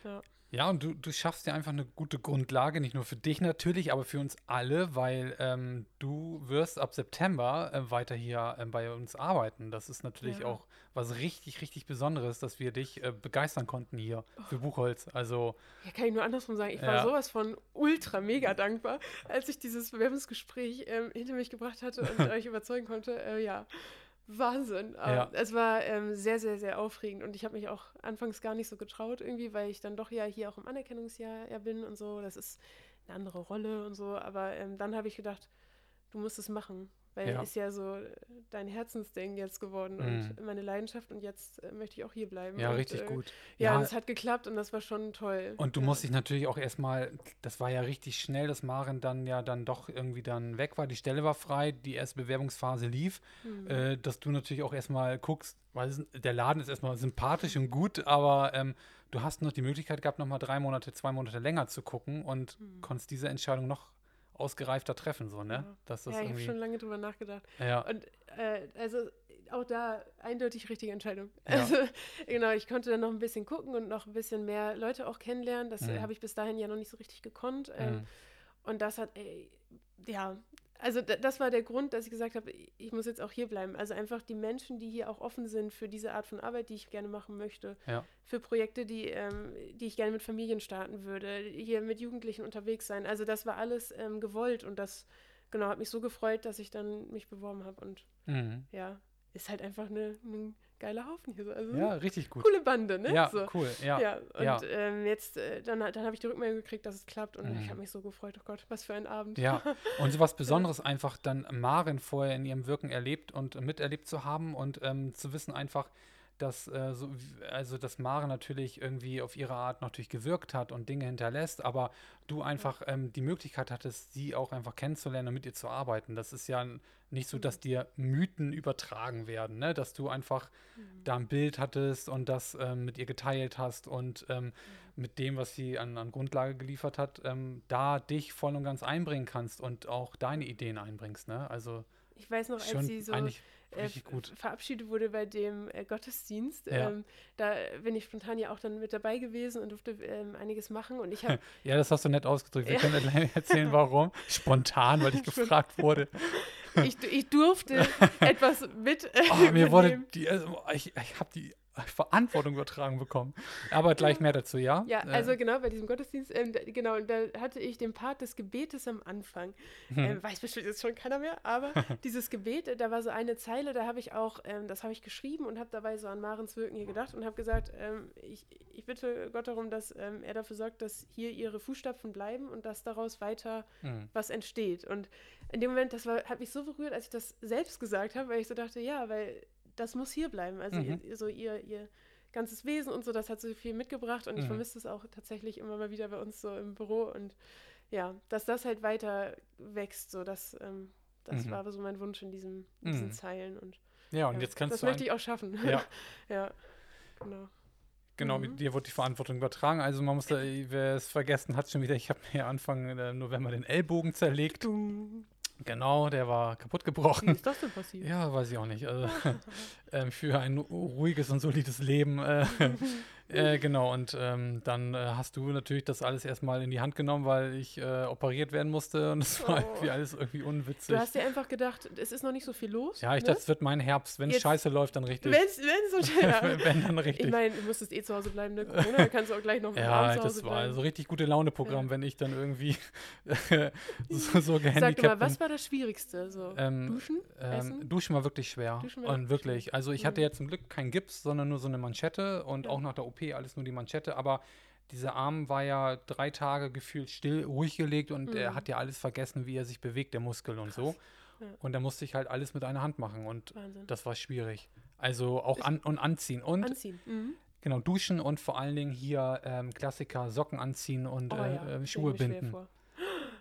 [SPEAKER 3] Ja.
[SPEAKER 2] Ja, und du, du schaffst dir einfach eine gute Grundlage, nicht nur für dich natürlich, aber für uns alle, weil ähm, du wirst ab September äh, weiter hier ähm, bei uns arbeiten. Das ist natürlich
[SPEAKER 3] Ja.
[SPEAKER 2] auch was richtig, richtig Besonderes, dass wir dich äh, begeistern konnten hier
[SPEAKER 3] Oh.
[SPEAKER 2] für Buchholz. Also,
[SPEAKER 3] Ja, kann ich nur andersrum sagen. Ich
[SPEAKER 2] Ja.
[SPEAKER 3] war sowas von ultra mega dankbar, als ich dieses Bewerbungsgespräch ähm, hinter mich gebracht hatte und euch überzeugen konnte. Äh, ja, Wahnsinn. Aber
[SPEAKER 2] Ja.
[SPEAKER 3] Es war ähm, sehr, sehr, sehr aufregend und ich habe mich auch anfangs gar nicht so getraut irgendwie, weil ich dann doch ja hier auch im Anerkennungsjahr ja bin und so. Das ist eine andere Rolle und so. Aber ähm, dann habe ich gedacht, du musst es machen. Weil
[SPEAKER 2] Ja.
[SPEAKER 3] ist ja so äh, dein Herzensding jetzt geworden und meine Leidenschaft und jetzt äh, möchte ich auch hier bleiben.
[SPEAKER 2] Mhm. ja,
[SPEAKER 3] und,
[SPEAKER 2] richtig
[SPEAKER 3] äh,
[SPEAKER 2] gut.
[SPEAKER 3] Ja, und es hat geklappt und das war schon toll.
[SPEAKER 2] Und du
[SPEAKER 3] ja.
[SPEAKER 2] musst dich natürlich auch erstmal, das war ja richtig schnell, dass Maren dann ja dann doch irgendwie dann weg war, die Stelle war frei, die erste Bewerbungsphase lief,
[SPEAKER 3] Hm.
[SPEAKER 2] äh, dass du natürlich auch erstmal guckst, weil es, der Laden ist erstmal sympathisch und gut, aber ähm, du hast noch die Möglichkeit gehabt, nochmal drei Monate, zwei Monate länger zu gucken und konntest diese Entscheidung noch ausgereifter treffen, so, ne?
[SPEAKER 3] Mhm. Ja.
[SPEAKER 2] Dass das
[SPEAKER 3] ja, ich habe schon
[SPEAKER 2] irgendwie,
[SPEAKER 3] lange drüber nachgedacht.
[SPEAKER 2] ja,
[SPEAKER 3] Und äh, also auch da eindeutig richtige Entscheidung.
[SPEAKER 2] Ja.
[SPEAKER 3] Also genau, ich konnte dann noch ein bisschen gucken und noch ein bisschen mehr Leute auch kennenlernen. Das äh,
[SPEAKER 2] Mhm.
[SPEAKER 3] habe ich bis dahin ja noch nicht so richtig gekonnt. Ähm,
[SPEAKER 2] Mhm.
[SPEAKER 3] Und das hat, ey, ja, also da- das war der Grund, dass ich gesagt habe, ich muss jetzt auch hier bleiben. Also einfach die Menschen, die hier auch offen sind für diese Art von Arbeit, die ich gerne machen möchte,
[SPEAKER 2] Ja.
[SPEAKER 3] für Projekte, die, ähm, die ich gerne mit Familien starten würde, hier mit Jugendlichen unterwegs sein. Also das war alles ähm, gewollt und das genau hat mich so gefreut, dass ich dann mich beworben habe und
[SPEAKER 2] Mhm.
[SPEAKER 3] ja, ist halt einfach eine, ein geiler Haufen hier. so. Also
[SPEAKER 2] Ja, richtig gut.
[SPEAKER 3] coole Bande, ne?
[SPEAKER 2] Ja,
[SPEAKER 3] so.
[SPEAKER 2] cool. Ja.
[SPEAKER 3] Ja, und
[SPEAKER 2] ja.
[SPEAKER 3] Ähm, jetzt, äh, dann, dann habe ich die Rückmeldung gekriegt, dass es klappt und
[SPEAKER 2] Mhm.
[SPEAKER 3] ich habe mich so gefreut. Oh Gott, was für ein Abend.
[SPEAKER 2] Ja, und sowas Besonderes einfach dann Maren vorher in ihrem Wirken erlebt und miterlebt zu haben und ähm, zu wissen einfach, dass äh, so, wie- also dass Maren natürlich irgendwie auf ihre Art natürlich gewirkt hat und Dinge hinterlässt, aber du einfach ähm, die Möglichkeit hattest, sie auch einfach kennenzulernen und mit ihr zu arbeiten. Das ist ja n- nicht so, dass dir Mythen übertragen werden, ne? dass du einfach da ein Bild hattest und das ähm, mit ihr geteilt hast und ähm, mit dem, was sie an, an Grundlage geliefert hat, ähm, da dich voll und ganz einbringen kannst und auch deine Ideen einbringst. Ne? Also
[SPEAKER 3] Ich weiß noch,
[SPEAKER 2] schon
[SPEAKER 3] als sie so
[SPEAKER 2] eigentlich
[SPEAKER 3] äh,
[SPEAKER 2] richtig gut.
[SPEAKER 3] verabschiedet wurde bei dem äh, Gottesdienst,
[SPEAKER 2] Ja.
[SPEAKER 3] ähm, da bin ich spontan ja auch dann mit dabei gewesen und durfte ähm, einiges machen. Und ich habe
[SPEAKER 2] Ja, das hast du nett ausgedrückt. Wir
[SPEAKER 3] Ja.
[SPEAKER 2] können gleich erzählen, warum. Spontan, weil ich gefragt wurde.
[SPEAKER 3] ich, ich durfte etwas mit. Äh,
[SPEAKER 2] Oh, mir wurde
[SPEAKER 3] übernehmen.
[SPEAKER 2] die, also, ich, ich habe die Verantwortung übertragen bekommen. Aber gleich mehr dazu, ja?
[SPEAKER 3] Ja,
[SPEAKER 2] Äh,
[SPEAKER 3] also genau, bei diesem Gottesdienst, ähm, da, genau, und da hatte ich den Part des Gebetes am Anfang. Ähm, weiß bestimmt jetzt schon keiner mehr, aber dieses Gebet, äh, da war so eine Zeile, da habe ich auch, ähm, das habe ich geschrieben und habe dabei so an Marens Wirken hier gedacht und habe gesagt, ähm, ich, ich bitte Gott darum, dass ähm, er dafür sorgt, dass hier ihre Fußstapfen bleiben und dass daraus weiter
[SPEAKER 2] Mhm.
[SPEAKER 3] was entsteht. Und in dem Moment, das war, hat mich so berührt, als ich das selbst gesagt habe, weil ich so dachte, ja, weil das muss hier bleiben. Also
[SPEAKER 2] Mhm.
[SPEAKER 3] ihr, so ihr, ihr ganzes Wesen und so, das hat so viel mitgebracht und ich
[SPEAKER 2] Mhm.
[SPEAKER 3] vermisse es auch tatsächlich immer mal wieder bei uns so im Büro und ja, dass das halt weiter wächst, so dass ähm, das
[SPEAKER 2] Mhm.
[SPEAKER 3] war aber so mein Wunsch in, diesem, in
[SPEAKER 2] Mhm.
[SPEAKER 3] diesen Zeilen und,
[SPEAKER 2] ja, und
[SPEAKER 3] ja,
[SPEAKER 2] jetzt kannst
[SPEAKER 3] das
[SPEAKER 2] du
[SPEAKER 3] möchte
[SPEAKER 2] ein-
[SPEAKER 3] ich auch schaffen.
[SPEAKER 2] Ja.
[SPEAKER 3] ja, genau.
[SPEAKER 2] Genau,
[SPEAKER 3] Mhm.
[SPEAKER 2] mit dir wurde die Verantwortung übertragen. Also man muss, da- wer es vergessen hat, schon wieder, ich habe mir Anfang äh, November den Ellbogen zerlegt.
[SPEAKER 3] Dung.
[SPEAKER 2] Genau, der war kaputt
[SPEAKER 3] Wie
[SPEAKER 2] gebrochen.
[SPEAKER 3] ist das denn passiert?
[SPEAKER 2] Ja, weiß ich auch nicht. Also, ähm, für ein ruhiges und solides Leben. Äh, äh, genau, und ähm, dann äh, hast du natürlich das alles erstmal in die Hand genommen, weil ich äh, operiert werden musste und es war
[SPEAKER 3] Oh.
[SPEAKER 2] irgendwie alles irgendwie unwitzig.
[SPEAKER 3] Du hast dir einfach gedacht, es ist noch nicht so viel los.
[SPEAKER 2] Ja, ich
[SPEAKER 3] ne?
[SPEAKER 2] dachte, es wird mein Herbst. Wenn
[SPEAKER 3] Jetzt-
[SPEAKER 2] Scheiße läuft, dann richtig.
[SPEAKER 3] Wenn's, wenn's so schwer.
[SPEAKER 2] Wenn, dann richtig.
[SPEAKER 3] Ich meine, du musstest eh zu Hause bleiben, ne? Corona, dann kannst du auch gleich noch
[SPEAKER 2] Ja,
[SPEAKER 3] abends zu Hause
[SPEAKER 2] das war also
[SPEAKER 3] bleiben.
[SPEAKER 2] so richtig gute Laune-Programm, wenn ich dann irgendwie so, so
[SPEAKER 3] Sag
[SPEAKER 2] gehandicapt
[SPEAKER 3] doch mal,
[SPEAKER 2] bin.
[SPEAKER 3] was war das Schwierigste? So,
[SPEAKER 2] Ähm,
[SPEAKER 3] Duschen?
[SPEAKER 2] ähm,
[SPEAKER 3] Essen?
[SPEAKER 2] Duschen war wirklich schwer.
[SPEAKER 3] Duschen war
[SPEAKER 2] und wirklich. Also ich hatte
[SPEAKER 3] Mhm.
[SPEAKER 2] ja zum Glück keinen Gips, sondern nur so eine Manschette und
[SPEAKER 3] Ja.
[SPEAKER 2] auch nach der OP alles nur die Manschette. Aber dieser Arm war ja drei Tage gefühlt still, ruhig gelegt und er
[SPEAKER 3] Mhm.
[SPEAKER 2] hat ja alles vergessen, wie er sich bewegt, der Muskel und so.
[SPEAKER 3] Ja.
[SPEAKER 2] Und da musste ich halt alles mit einer Hand machen und
[SPEAKER 3] Wahnsinn.
[SPEAKER 2] das war schwierig. Also auch an und anziehen und
[SPEAKER 3] Anziehen. Mhm.
[SPEAKER 2] genau duschen und vor allen Dingen hier ähm, Klassiker Socken anziehen und
[SPEAKER 3] Oh,
[SPEAKER 2] äh,
[SPEAKER 3] ja,
[SPEAKER 2] äh,
[SPEAKER 3] stell ich
[SPEAKER 2] Schuhe
[SPEAKER 3] mir schwer
[SPEAKER 2] binden.
[SPEAKER 3] vor.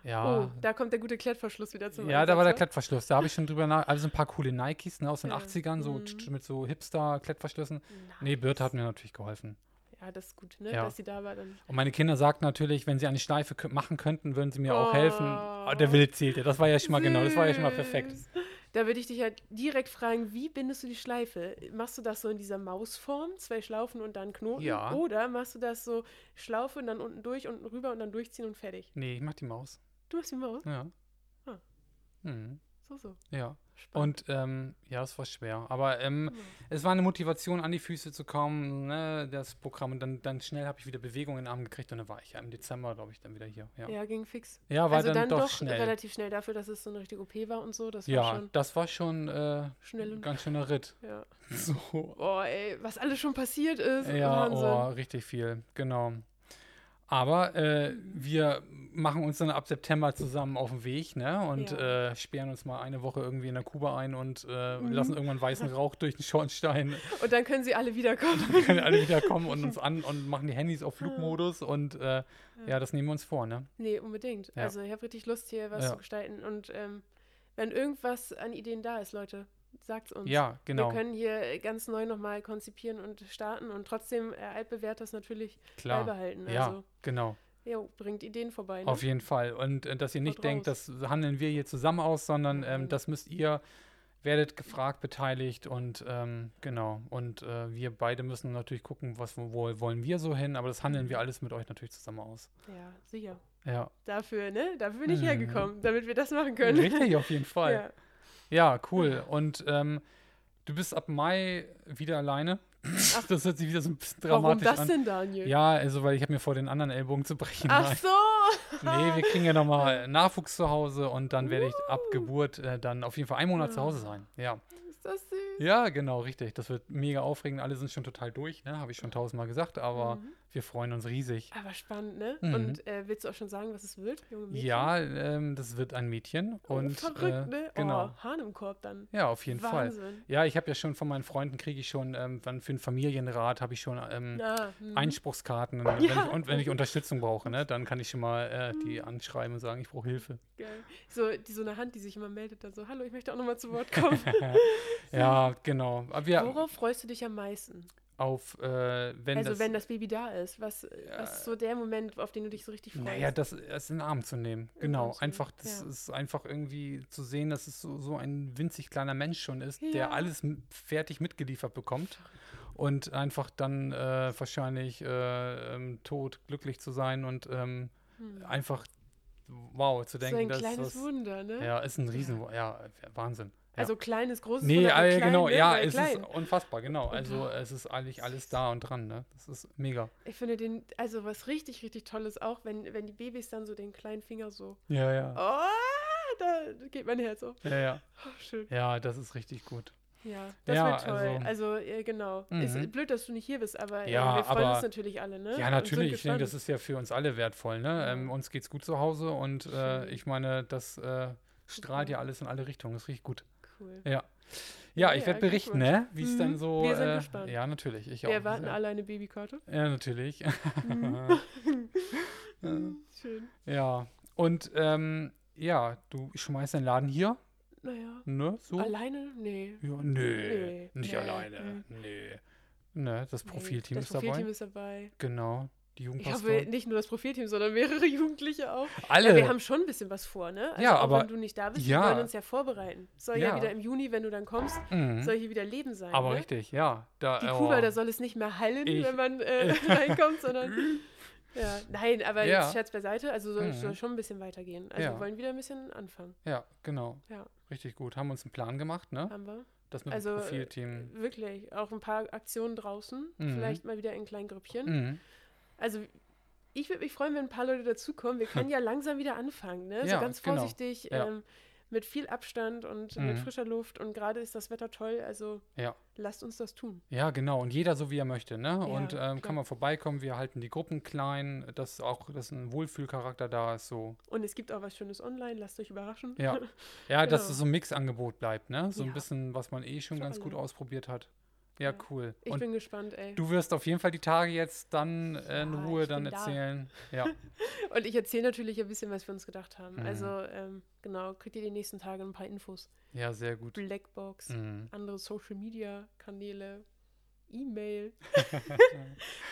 [SPEAKER 2] Ja,
[SPEAKER 3] Oh, da kommt der gute Klettverschluss wieder zum
[SPEAKER 2] ja, da war der
[SPEAKER 3] Einsatz,
[SPEAKER 2] Klettverschluss. Da habe ich schon drüber nach. Also ein paar coole Nikes ne, aus den
[SPEAKER 3] Ja.
[SPEAKER 2] 80ern, so
[SPEAKER 3] Mhm.
[SPEAKER 2] tsch- mit so Hipster-Klettverschlüssen.
[SPEAKER 3] ne?
[SPEAKER 2] Nee, Birte hat
[SPEAKER 3] Nice.
[SPEAKER 2] mir natürlich geholfen.
[SPEAKER 3] Ja, das ist gut, ne?
[SPEAKER 2] Ja.
[SPEAKER 3] Dass sie da war, dann.
[SPEAKER 2] Und meine Kinder sagten natürlich, wenn sie eine Schleife kö- machen könnten, würden sie mir auch helfen. Oh, der
[SPEAKER 3] Oh.
[SPEAKER 2] Wille zählt ja. Das war ja schon mal genau. Das war ja schon mal perfekt.
[SPEAKER 3] Süß. Da würde ich dich ja direkt fragen, wie bindest du die Schleife? Machst du das so in dieser Mausform, zwei Schlaufen und dann Knoten?
[SPEAKER 2] Ja.
[SPEAKER 3] Oder machst du das so Schlaufe und dann unten durch, unten rüber und dann durchziehen und fertig?
[SPEAKER 2] Nee, ich mach die Maus.
[SPEAKER 3] Du machst die Maus?
[SPEAKER 2] Ja.
[SPEAKER 3] Ah.
[SPEAKER 2] Mhm.
[SPEAKER 3] So, so.
[SPEAKER 2] Ja.
[SPEAKER 3] Spannend.
[SPEAKER 2] Und ähm, ja, es war schwer. Aber ähm,
[SPEAKER 3] Ja.
[SPEAKER 2] es war eine Motivation, an die Füße zu kommen, ne, das Programm. Und dann, dann schnell habe ich wieder Bewegung in den Arm gekriegt und dann war ich ja im Dezember, glaube ich, dann wieder hier. Ja,
[SPEAKER 3] ja, ging fix.
[SPEAKER 2] ja war
[SPEAKER 3] also
[SPEAKER 2] dann, doch, schnell.
[SPEAKER 3] relativ schnell dafür, dass es so eine richtige OP war und so. Das war
[SPEAKER 2] Ja,
[SPEAKER 3] schon.
[SPEAKER 2] das war schon äh,
[SPEAKER 3] Schnell und-
[SPEAKER 2] ganz schöner Ritt.
[SPEAKER 3] Ja.
[SPEAKER 2] So.
[SPEAKER 3] Boah, ey, was alles schon passiert ist.
[SPEAKER 2] Ja, oh,
[SPEAKER 3] Wahnsinn.
[SPEAKER 2] richtig viel, genau. Aber äh, wir machen uns dann ab September zusammen auf den Weg, ne? Und äh, sperren uns mal eine Woche irgendwie in der Kuba ein und äh,
[SPEAKER 3] Mhm.
[SPEAKER 2] lassen irgendwann weißen Rauch durch den Schornstein.
[SPEAKER 3] Und dann können sie alle wiederkommen.
[SPEAKER 2] Dann können alle wieder kommen und uns an und machen die Handys auf Flugmodus und äh, ja, das nehmen wir uns vor, ne?
[SPEAKER 3] Nee, unbedingt.
[SPEAKER 2] Ja.
[SPEAKER 3] Also ich habe richtig Lust, hier was
[SPEAKER 2] Ja.
[SPEAKER 3] zu gestalten. Und ähm, wenn irgendwas an Ideen da ist, Leute, sagt's uns.
[SPEAKER 2] Ja, genau.
[SPEAKER 3] Wir können hier ganz neu nochmal konzipieren und starten und trotzdem äh, altbewährtes natürlich
[SPEAKER 2] Klar.
[SPEAKER 3] beibehalten.
[SPEAKER 2] ja,
[SPEAKER 3] Also,
[SPEAKER 2] genau.
[SPEAKER 3] jo, bringt Ideen vorbei. Ne?
[SPEAKER 2] Auf jeden Fall. Und äh, dass ihr nicht
[SPEAKER 3] Haut
[SPEAKER 2] denkt, das handeln wir hier zusammen aus, sondern ähm,
[SPEAKER 3] Nein.
[SPEAKER 2] das müsst ihr, werdet gefragt, beteiligt und ähm, genau. Und äh, wir beide
[SPEAKER 3] Mhm.
[SPEAKER 2] müssen natürlich gucken, was wo wollen wir so hin, aber das handeln wir alles mit euch natürlich zusammen aus.
[SPEAKER 3] ja, sicher.
[SPEAKER 2] Ja.
[SPEAKER 3] Dafür, ne? Dafür bin ich
[SPEAKER 2] Mhm.
[SPEAKER 3] hergekommen, damit wir das machen können.
[SPEAKER 2] Richtig, auf jeden Fall.
[SPEAKER 3] ja.
[SPEAKER 2] Ja, cool.
[SPEAKER 3] Mhm.
[SPEAKER 2] Und ähm, du bist ab Mai wieder alleine. das hört sich wieder so ein bisschen
[SPEAKER 3] Warum
[SPEAKER 2] dramatisch
[SPEAKER 3] das
[SPEAKER 2] an.
[SPEAKER 3] denn, Daniel?
[SPEAKER 2] Ja, also weil ich habe mir vor den anderen Ellbogen zu brechen.
[SPEAKER 3] Ach so!
[SPEAKER 2] Nein. Nee, wir kriegen ja nochmal Nachwuchs zu Hause und dann werde ich ab
[SPEAKER 3] Uh.
[SPEAKER 2] Geburt äh, dann auf jeden Fall einen
[SPEAKER 3] Ah.
[SPEAKER 2] Monat zu Hause sein. Ja.
[SPEAKER 3] Ist das süß?
[SPEAKER 2] Ja, genau, richtig. Das wird mega aufregend. Alle sind schon total durch, ne? Habe ich schon tausendmal gesagt, aber
[SPEAKER 3] Mhm.
[SPEAKER 2] wir freuen uns riesig.
[SPEAKER 3] Aber spannend, ne?
[SPEAKER 2] Mhm.
[SPEAKER 3] Und äh, willst du auch schon sagen, was es wird? Junge Mädchen?
[SPEAKER 2] Ja, ähm, das wird ein Mädchen.
[SPEAKER 3] Oh,
[SPEAKER 2] Und,
[SPEAKER 3] verrückt,
[SPEAKER 2] äh,
[SPEAKER 3] ne?
[SPEAKER 2] Genau.
[SPEAKER 3] Oh, Hahn im Korb dann.
[SPEAKER 2] Ja, auf jeden Fall.
[SPEAKER 3] Wahnsinn.
[SPEAKER 2] Ja, ich habe ja schon von meinen Freunden kriege ich schon, ähm, wann für einen Familienrat habe ich schon ähm,
[SPEAKER 3] Ah, hm.
[SPEAKER 2] Einspruchskarten. Und
[SPEAKER 3] Ja. Mhm.
[SPEAKER 2] wenn, ich, und wenn ich Unterstützung brauche, ne, dann kann ich schon mal äh, die anschreiben und sagen, ich brauche Hilfe.
[SPEAKER 3] Geil. So, die, so eine Hand, die sich immer meldet, dann so, hallo, ich möchte auch nochmal zu Wort kommen.
[SPEAKER 2] Ja, genau. Aber wir
[SPEAKER 3] Worauf freust du dich am meisten?
[SPEAKER 2] auf, äh, wenn
[SPEAKER 3] also,
[SPEAKER 2] das,
[SPEAKER 3] wenn das Baby da ist, was, was ist so der Moment, auf den du dich so richtig freust?
[SPEAKER 2] naja, das, das in den Arm zu nehmen.
[SPEAKER 3] den Arm
[SPEAKER 2] Genau,
[SPEAKER 3] zu nehmen,
[SPEAKER 2] einfach, das
[SPEAKER 3] ja.
[SPEAKER 2] ist einfach irgendwie zu sehen, dass es so, so ein winzig kleiner Mensch schon ist,
[SPEAKER 3] Ja.
[SPEAKER 2] der alles m- fertig mitgeliefert bekommt und einfach dann äh, wahrscheinlich äh, ähm, tot glücklich zu sein und ähm, einfach wow zu
[SPEAKER 3] Hm. so ein
[SPEAKER 2] denken, dass
[SPEAKER 3] kleines
[SPEAKER 2] das
[SPEAKER 3] Wunder, ne?
[SPEAKER 2] ja ist ein Riesen, ja Wahnsinn. Ja.
[SPEAKER 3] Also kleines, großes
[SPEAKER 2] Nee,
[SPEAKER 3] Wunder, aber
[SPEAKER 2] äh,
[SPEAKER 3] klein,
[SPEAKER 2] genau,
[SPEAKER 3] ne?
[SPEAKER 2] ja,
[SPEAKER 3] Weil
[SPEAKER 2] es
[SPEAKER 3] klein.
[SPEAKER 2] ist unfassbar, genau. Also es ist eigentlich alles da und dran, ne? Das ist mega.
[SPEAKER 3] Ich finde den, also was richtig, richtig Tolles auch, wenn, wenn die Babys dann so den kleinen Finger so,
[SPEAKER 2] Ja, ja.
[SPEAKER 3] oh, da geht mein Herz auf.
[SPEAKER 2] Ja, ja.
[SPEAKER 3] Oh, schön.
[SPEAKER 2] Ja, das ist richtig gut.
[SPEAKER 3] Ja, das
[SPEAKER 2] Ja,
[SPEAKER 3] wäre toll.
[SPEAKER 2] also-
[SPEAKER 3] Also, äh, genau. Ist
[SPEAKER 2] Mhm.
[SPEAKER 3] blöd, dass du nicht hier bist, aber äh,
[SPEAKER 2] Ja,
[SPEAKER 3] wir freuen
[SPEAKER 2] aber-
[SPEAKER 3] uns natürlich alle, ne?
[SPEAKER 2] Ja,
[SPEAKER 3] Und sind
[SPEAKER 2] natürlich. Ich denke, das
[SPEAKER 3] gespannt.
[SPEAKER 2] ist ja für uns alle wertvoll, ne? Ähm, uns geht's gut zu Hause und äh, ich meine, das äh, strahlt ja alles in alle Richtungen. Das riecht gut.
[SPEAKER 3] cool.
[SPEAKER 2] Ja. Ja, ich
[SPEAKER 3] Ja,
[SPEAKER 2] werde berichten, ne? Wie es dann
[SPEAKER 3] Mhm.
[SPEAKER 2] so.
[SPEAKER 3] Wir sind
[SPEAKER 2] äh,
[SPEAKER 3] gespannt.
[SPEAKER 2] Ja, natürlich. Ich
[SPEAKER 3] Wir
[SPEAKER 2] auch.
[SPEAKER 3] erwarten
[SPEAKER 2] ja.
[SPEAKER 3] alle Mhm. eine Babykarte.
[SPEAKER 2] Ja, natürlich.
[SPEAKER 3] Schön.
[SPEAKER 2] ja. Und ähm, ja, du schmeißt deinen Laden hier,
[SPEAKER 3] Naja.
[SPEAKER 2] ne? So.
[SPEAKER 3] Alleine? Nee.
[SPEAKER 2] Ja, nö,
[SPEAKER 3] Nee,
[SPEAKER 2] nicht
[SPEAKER 3] nee,
[SPEAKER 2] alleine. Nö. Ne, das
[SPEAKER 3] Nee.
[SPEAKER 2] Profilteam
[SPEAKER 3] das
[SPEAKER 2] ist
[SPEAKER 3] Profilteam
[SPEAKER 2] dabei.
[SPEAKER 3] ist dabei.
[SPEAKER 2] Genau. Die
[SPEAKER 3] Ich
[SPEAKER 2] Jugendpastoren.
[SPEAKER 3] hoffe, nicht nur das Profilteam, sondern mehrere Jugendliche auch.
[SPEAKER 2] Alle.
[SPEAKER 3] Ja, wir haben schon ein bisschen was vor, ne?
[SPEAKER 2] Ja,
[SPEAKER 3] auch
[SPEAKER 2] aber-
[SPEAKER 3] wenn du nicht da bist,
[SPEAKER 2] ja.
[SPEAKER 3] wir wollen uns ja vorbereiten. Es Soll ja.
[SPEAKER 2] Ja.
[SPEAKER 3] wieder im Juni, wenn du dann kommst,
[SPEAKER 2] Mhm.
[SPEAKER 3] soll hier wieder Leben sein.
[SPEAKER 2] Aber
[SPEAKER 3] ne?
[SPEAKER 2] richtig, ja. Da,
[SPEAKER 3] Die
[SPEAKER 2] oh.
[SPEAKER 3] Kuba, da soll es nicht mehr hallen,
[SPEAKER 2] Ich-
[SPEAKER 3] wenn man äh, reinkommt, sondern. Ja, nein, aber
[SPEAKER 2] Ja.
[SPEAKER 3] jetzt Scherz beiseite, also soll,
[SPEAKER 2] Mhm.
[SPEAKER 3] soll schon ein bisschen weitergehen. Also
[SPEAKER 2] Ja.
[SPEAKER 3] wir wollen wieder ein bisschen anfangen.
[SPEAKER 2] Ja, genau.
[SPEAKER 3] Ja,
[SPEAKER 2] Richtig gut. Haben uns einen Plan gemacht, ne?
[SPEAKER 3] haben wir.
[SPEAKER 2] Das mit
[SPEAKER 3] Also,
[SPEAKER 2] dem
[SPEAKER 3] äh,
[SPEAKER 2] Profilteam.
[SPEAKER 3] Wirklich. Auch ein paar Aktionen draußen.
[SPEAKER 2] Hm. Mhm.
[SPEAKER 3] Vielleicht mal wieder in kleinen Grüppchen.
[SPEAKER 2] Mhm.
[SPEAKER 3] Also ich würde mich freuen, wenn ein paar Leute dazukommen. Wir können ja langsam wieder anfangen, ne? so
[SPEAKER 2] Hm. Ja,
[SPEAKER 3] ganz
[SPEAKER 2] genau.
[SPEAKER 3] vorsichtig,
[SPEAKER 2] Ja.
[SPEAKER 3] ähm, mit viel Abstand und
[SPEAKER 2] Mhm.
[SPEAKER 3] mit frischer Luft. Und gerade ist das Wetter toll, also
[SPEAKER 2] Ja.
[SPEAKER 3] lasst uns das tun.
[SPEAKER 2] Ja, genau. Und jeder so, wie er möchte, ne? und ähm,
[SPEAKER 3] klar.
[SPEAKER 2] kann man vorbeikommen. Wir halten die Gruppen klein, dass auch dass ein Wohlfühlcharakter da ist. So.
[SPEAKER 3] Und es gibt auch was Schönes online, lasst euch überraschen.
[SPEAKER 2] Ja. Ja, dass
[SPEAKER 3] Genau.
[SPEAKER 2] es so ein Mixangebot bleibt, ne? So
[SPEAKER 3] Ja.
[SPEAKER 2] ein bisschen, was man eh schon
[SPEAKER 3] Für
[SPEAKER 2] ganz
[SPEAKER 3] alle.
[SPEAKER 2] gut ausprobiert hat. Ja,
[SPEAKER 3] Ja.
[SPEAKER 2] cool.
[SPEAKER 3] Ich
[SPEAKER 2] und
[SPEAKER 3] bin gespannt, ey.
[SPEAKER 2] Du wirst auf jeden Fall die Tage jetzt dann äh, in
[SPEAKER 3] Ja,
[SPEAKER 2] Ruhe
[SPEAKER 3] ich
[SPEAKER 2] dann
[SPEAKER 3] bin da.
[SPEAKER 2] erzählen. Ja,
[SPEAKER 3] Und ich erzähle natürlich ein bisschen, was wir uns gedacht haben.
[SPEAKER 2] Mhm.
[SPEAKER 3] Also, ähm, genau, kriegt ihr die nächsten Tage ein paar Infos.
[SPEAKER 2] ja, sehr gut.
[SPEAKER 3] Blackbox,
[SPEAKER 2] Mhm.
[SPEAKER 3] andere Social Media Kanäle, E-Mail,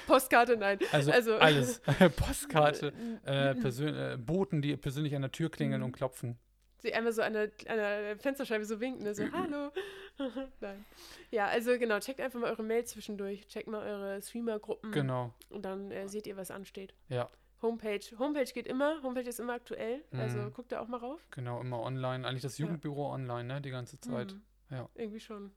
[SPEAKER 3] Postkarte, nein.
[SPEAKER 2] Also,
[SPEAKER 3] Also-
[SPEAKER 2] alles. Postkarte, äh, persön äh, Boten, die persönlich an der Tür klingeln
[SPEAKER 3] Mhm.
[SPEAKER 2] und klopfen.
[SPEAKER 3] Sie einmal so an der, an der Fensterscheibe so winken, ne? so hallo. nein. Ja, also genau, checkt einfach mal eure Mail zwischendurch, checkt mal eure Streamer-Gruppen
[SPEAKER 2] Genau.
[SPEAKER 3] und dann äh, seht ihr, was ansteht.
[SPEAKER 2] Ja,
[SPEAKER 3] Homepage. Homepage geht immer, Homepage ist immer aktuell, also
[SPEAKER 2] Mhm.
[SPEAKER 3] guckt da auch mal rauf.
[SPEAKER 2] genau, immer online. Eigentlich das
[SPEAKER 3] Ja.
[SPEAKER 2] Jugendbüro online, ne? Die ganze Zeit.
[SPEAKER 3] Mhm.
[SPEAKER 2] Ja.
[SPEAKER 3] Irgendwie schon.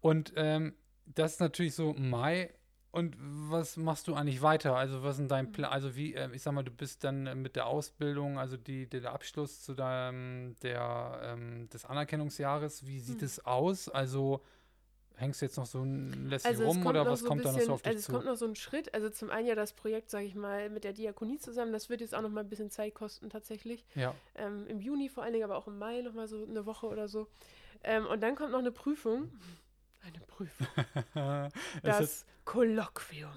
[SPEAKER 2] Und ähm, das ist natürlich so Mai. Und was machst du eigentlich weiter? Also, was ist dein Plan? Also, wie, ähm, ich sag mal, du bist dann äh, mit der Ausbildung, also die, der Abschluss zu deinem, der, ähm, des Anerkennungsjahres, wie
[SPEAKER 3] Hm.
[SPEAKER 2] sieht es aus? Also, hängst du jetzt noch so ein lässig
[SPEAKER 3] Also es
[SPEAKER 2] rum
[SPEAKER 3] kommt
[SPEAKER 2] oder
[SPEAKER 3] noch
[SPEAKER 2] was
[SPEAKER 3] so
[SPEAKER 2] kommt
[SPEAKER 3] ein
[SPEAKER 2] da noch
[SPEAKER 3] bisschen,
[SPEAKER 2] so auf dich
[SPEAKER 3] also es
[SPEAKER 2] zu?
[SPEAKER 3] kommt noch so ein Schritt. Also zum einen ja das Projekt, sage ich mal, mit der Diakonie zusammen. Das wird jetzt auch noch mal ein bisschen Zeit kosten tatsächlich.
[SPEAKER 2] ja,
[SPEAKER 3] Ähm, Im Juni vor allen Dingen, aber auch im Mai noch mal so eine Woche oder so. Ähm, und dann kommt noch eine Prüfung. Eine Prüfung.
[SPEAKER 2] es,
[SPEAKER 3] Das Kolloquium.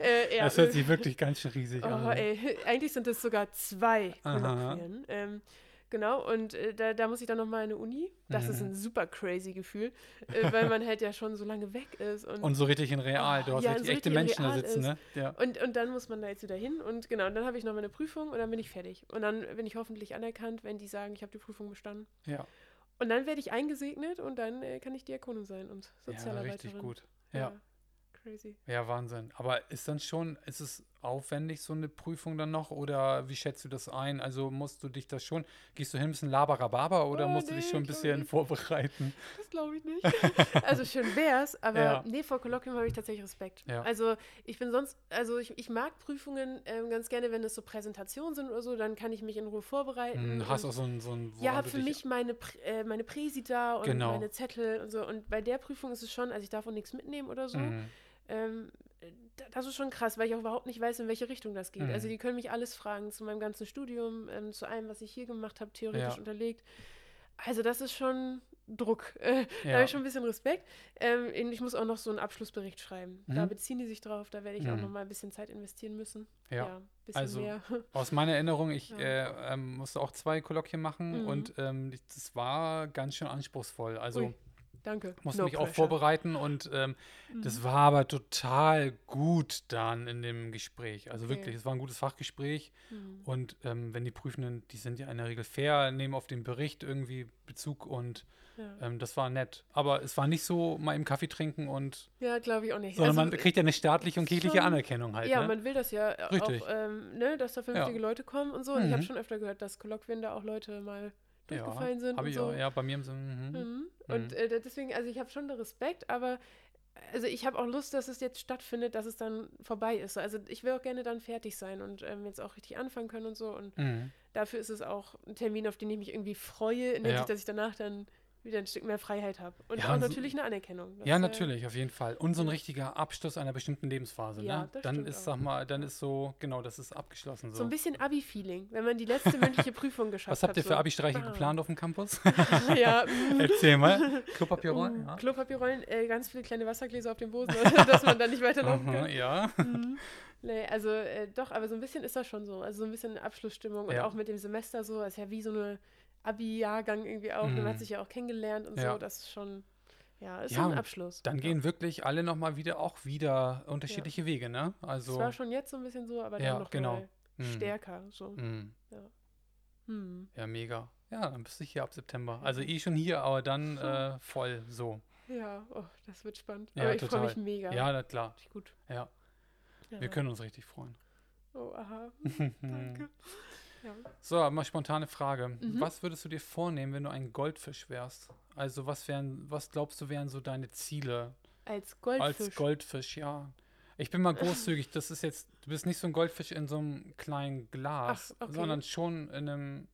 [SPEAKER 3] äh, ja,
[SPEAKER 2] hört sich wirklich ganz schön riesig
[SPEAKER 3] oh,
[SPEAKER 2] an.
[SPEAKER 3] ey, eigentlich sind es sogar zwei
[SPEAKER 2] Aha.
[SPEAKER 3] Kolloquien. Ähm, genau, und äh, da, da muss ich dann noch mal in eine Uni. Das ist
[SPEAKER 2] Mhm.
[SPEAKER 3] ein super crazy Gefühl, äh, weil man halt ja schon so lange weg ist. Und,
[SPEAKER 2] Und so richtig in real,
[SPEAKER 3] Oh,
[SPEAKER 2] du hast
[SPEAKER 3] ja,
[SPEAKER 2] richtig
[SPEAKER 3] so
[SPEAKER 2] echte
[SPEAKER 3] richtig in
[SPEAKER 2] Menschen da
[SPEAKER 3] real
[SPEAKER 2] sitzen,
[SPEAKER 3] ist.
[SPEAKER 2] ne? Ja.
[SPEAKER 3] Und, und dann muss man da jetzt wieder hin und genau, und dann habe ich noch meine Prüfung und dann bin ich fertig. Und dann bin ich hoffentlich anerkannt, wenn die sagen, ich habe die Prüfung bestanden.
[SPEAKER 2] Ja,
[SPEAKER 3] Und dann werde ich eingesegnet und dann äh, kann ich Diakonin sein und
[SPEAKER 2] ja
[SPEAKER 3] Sozialarbeiterin.
[SPEAKER 2] richtig gut. Ja.
[SPEAKER 3] Crazy.
[SPEAKER 2] ja, Wahnsinn. Aber ist dann schon, ist es aufwendig, so eine Prüfung dann noch? Oder wie schätzt du das ein? Also musst du dich das schon, gehst du hin ein bisschen laberababer oder
[SPEAKER 3] Oh,
[SPEAKER 2] musst du dich
[SPEAKER 3] nee,
[SPEAKER 2] schon ein
[SPEAKER 3] glaub
[SPEAKER 2] bisschen
[SPEAKER 3] nicht. Äh,
[SPEAKER 2] vorbereiten?
[SPEAKER 3] Das glaube ich nicht. also schön wär's, aber
[SPEAKER 2] Ja.
[SPEAKER 3] nee, vor Kolloquium habe ich tatsächlich Respekt.
[SPEAKER 2] Ja.
[SPEAKER 3] Also ich bin sonst, also ich, ich mag Prüfungen ähm, ganz gerne, wenn es so Präsentationen sind oder so, dann kann ich mich in Ruhe vorbereiten.
[SPEAKER 2] Hm, hast
[SPEAKER 3] und-
[SPEAKER 2] auch so ein, so ein
[SPEAKER 3] ja,
[SPEAKER 2] woran
[SPEAKER 3] habe
[SPEAKER 2] du
[SPEAKER 3] für
[SPEAKER 2] dich-
[SPEAKER 3] mich meine, Pr- äh, meine Präsi da und
[SPEAKER 2] Genau.
[SPEAKER 3] meine Zettel und so. Und bei der Prüfung ist es schon, also ich darf auch nichts mitnehmen oder so.
[SPEAKER 2] Hm.
[SPEAKER 3] Ähm, d- das ist schon krass, weil ich auch überhaupt nicht weiß, in welche Richtung das geht.
[SPEAKER 2] Mhm.
[SPEAKER 3] Also die können mich alles fragen zu meinem ganzen Studium, ähm, zu allem, was ich hier gemacht habe, theoretisch
[SPEAKER 2] Ja.
[SPEAKER 3] unterlegt. Also das ist schon Druck. Äh, Da
[SPEAKER 2] Ja.
[SPEAKER 3] habe ich schon ein bisschen Respekt. Ähm, und ich muss auch noch so einen Abschlussbericht schreiben. Da
[SPEAKER 2] Mhm.
[SPEAKER 3] beziehen die sich drauf, da werde ich auch
[SPEAKER 2] Mhm.
[SPEAKER 3] noch mal ein bisschen Zeit investieren müssen.
[SPEAKER 2] Ja.
[SPEAKER 3] ein bisschen
[SPEAKER 2] Also,
[SPEAKER 3] mehr.
[SPEAKER 2] Aus meiner Erinnerung, ich
[SPEAKER 3] Ja.
[SPEAKER 2] äh, ähm, musste auch zwei Kolloquien machen
[SPEAKER 3] Mhm.
[SPEAKER 2] und ähm, ich- das war ganz schön anspruchsvoll. Also
[SPEAKER 3] Ui, Danke.
[SPEAKER 2] musste
[SPEAKER 3] No
[SPEAKER 2] mich auch
[SPEAKER 3] pressure. Mhm.
[SPEAKER 2] vorbereiten und ähm, das war aber total gut dann in dem Gespräch. Also
[SPEAKER 3] Okay.
[SPEAKER 2] wirklich, es war ein gutes Fachgespräch
[SPEAKER 3] Mhm.
[SPEAKER 2] und ähm, wenn die Prüfenden, die sind ja in der Regel fair, nehmen auf den Bericht irgendwie Bezug und
[SPEAKER 3] Ja.
[SPEAKER 2] ähm, das war nett. Aber es war nicht so mal im Kaffee trinken und,
[SPEAKER 3] Ja, glaube ich auch nicht.
[SPEAKER 2] sondern
[SPEAKER 3] Also,
[SPEAKER 2] man kriegt ja eine staatliche und kirchliche
[SPEAKER 3] schon-
[SPEAKER 2] Anerkennung halt.
[SPEAKER 3] ja,
[SPEAKER 2] ne?
[SPEAKER 3] man will das ja äh,
[SPEAKER 2] Richtig.
[SPEAKER 3] auch, ähm, ne, dass da vernünftige
[SPEAKER 2] Ja.
[SPEAKER 3] Leute kommen und so. Und ich
[SPEAKER 2] Mhm.
[SPEAKER 3] habe schon öfter gehört, dass Kolloquien da auch Leute mal durchgefallen sind.
[SPEAKER 2] hab
[SPEAKER 3] und
[SPEAKER 2] ich
[SPEAKER 3] so.
[SPEAKER 2] auch, ja, bei mir im Sinn. Mhm.
[SPEAKER 3] Mhm. Und äh, da- deswegen, also ich habe schon den Respekt, aber also ich habe auch Lust, dass es jetzt stattfindet, dass es dann vorbei ist. Also ich will auch gerne dann fertig sein und ähm, jetzt auch richtig anfangen können und so. Und
[SPEAKER 2] Mhm.
[SPEAKER 3] dafür ist es auch ein Termin, auf den ich mich irgendwie freue, in der
[SPEAKER 2] Ja.
[SPEAKER 3] Sicht, dass ich danach dann wieder ein Stück mehr Freiheit habe. Und
[SPEAKER 2] Ja,
[SPEAKER 3] auch
[SPEAKER 2] und so-
[SPEAKER 3] natürlich eine Anerkennung. Das
[SPEAKER 2] Ja,
[SPEAKER 3] ist
[SPEAKER 2] natürlich, auf jeden Fall. Und so ein
[SPEAKER 3] Ja.
[SPEAKER 2] richtiger Abschluss einer bestimmten Lebensphase.
[SPEAKER 3] Ja,
[SPEAKER 2] ne?
[SPEAKER 3] das
[SPEAKER 2] Dann
[SPEAKER 3] stimmt
[SPEAKER 2] ist,
[SPEAKER 3] auch.
[SPEAKER 2] sag mal, dann ist so, genau, das ist abgeschlossen. So.
[SPEAKER 3] So ein bisschen Abi-Feeling, wenn man die letzte mündliche Prüfung geschafft
[SPEAKER 2] Also Was habt
[SPEAKER 3] hat.
[SPEAKER 2] ihr für
[SPEAKER 3] so.
[SPEAKER 2] Abi-Streiche
[SPEAKER 3] Ah.
[SPEAKER 2] geplant auf dem Campus?
[SPEAKER 3] ja, mm,
[SPEAKER 2] Erzähl mal. Klopapierrollen?
[SPEAKER 3] mm,
[SPEAKER 2] ja.
[SPEAKER 3] Klopapierrollen, äh, ganz viele kleine Wassergläser auf dem Boden, dass man da nicht weiterlaufen
[SPEAKER 2] Aha,
[SPEAKER 3] kann.
[SPEAKER 2] ja.
[SPEAKER 3] Mhm. Nee, also äh, doch, aber so ein bisschen ist das schon so. Also so ein bisschen Abschlussstimmung und
[SPEAKER 2] Ja.
[SPEAKER 3] auch mit dem Semester so, ist ja wie so eine Abi-Jahrgang irgendwie auch.
[SPEAKER 2] Mhm.
[SPEAKER 3] Man hat sich ja auch kennengelernt und
[SPEAKER 2] Ja.
[SPEAKER 3] so, das ist schon, ja, ist
[SPEAKER 2] Ja,
[SPEAKER 3] schon
[SPEAKER 2] und
[SPEAKER 3] ein Abschluss.
[SPEAKER 2] Dann
[SPEAKER 3] Ja.
[SPEAKER 2] gehen wirklich alle nochmal wieder, auch wieder unterschiedliche Wege, ne?
[SPEAKER 3] Es
[SPEAKER 2] Also,
[SPEAKER 3] war schon jetzt so ein bisschen so, aber dann
[SPEAKER 2] Ja,
[SPEAKER 3] noch
[SPEAKER 2] genau. Mhm.
[SPEAKER 3] mal
[SPEAKER 2] mh,
[SPEAKER 3] stärker. So.
[SPEAKER 2] mh,
[SPEAKER 3] Hm.
[SPEAKER 2] ja, mega. Ja, dann bist du hier ab September. Also eh schon hier, aber dann äh, voll so.
[SPEAKER 3] Ja, oh, das wird spannend.
[SPEAKER 2] Ja,
[SPEAKER 3] aber ich freue
[SPEAKER 2] total.
[SPEAKER 3] mich mega.
[SPEAKER 2] Ja, na klar.
[SPEAKER 3] Richtig gut.
[SPEAKER 2] Ja,
[SPEAKER 3] Ja.
[SPEAKER 2] wir können Mhm. uns richtig freuen.
[SPEAKER 3] Oh, aha. Danke. Ja.
[SPEAKER 2] So, mal spontane Frage.
[SPEAKER 3] Mhm.
[SPEAKER 2] Was würdest du dir vornehmen, wenn du ein Goldfisch wärst? Also, was wären, was glaubst du, wären so deine Ziele
[SPEAKER 3] Als Goldfisch.
[SPEAKER 2] als Goldfisch, ja? Ich bin mal großzügig, das ist jetzt, du bist nicht so ein Goldfisch in so einem kleinen Glas,
[SPEAKER 3] Ach, okay.
[SPEAKER 2] sondern schon in einem,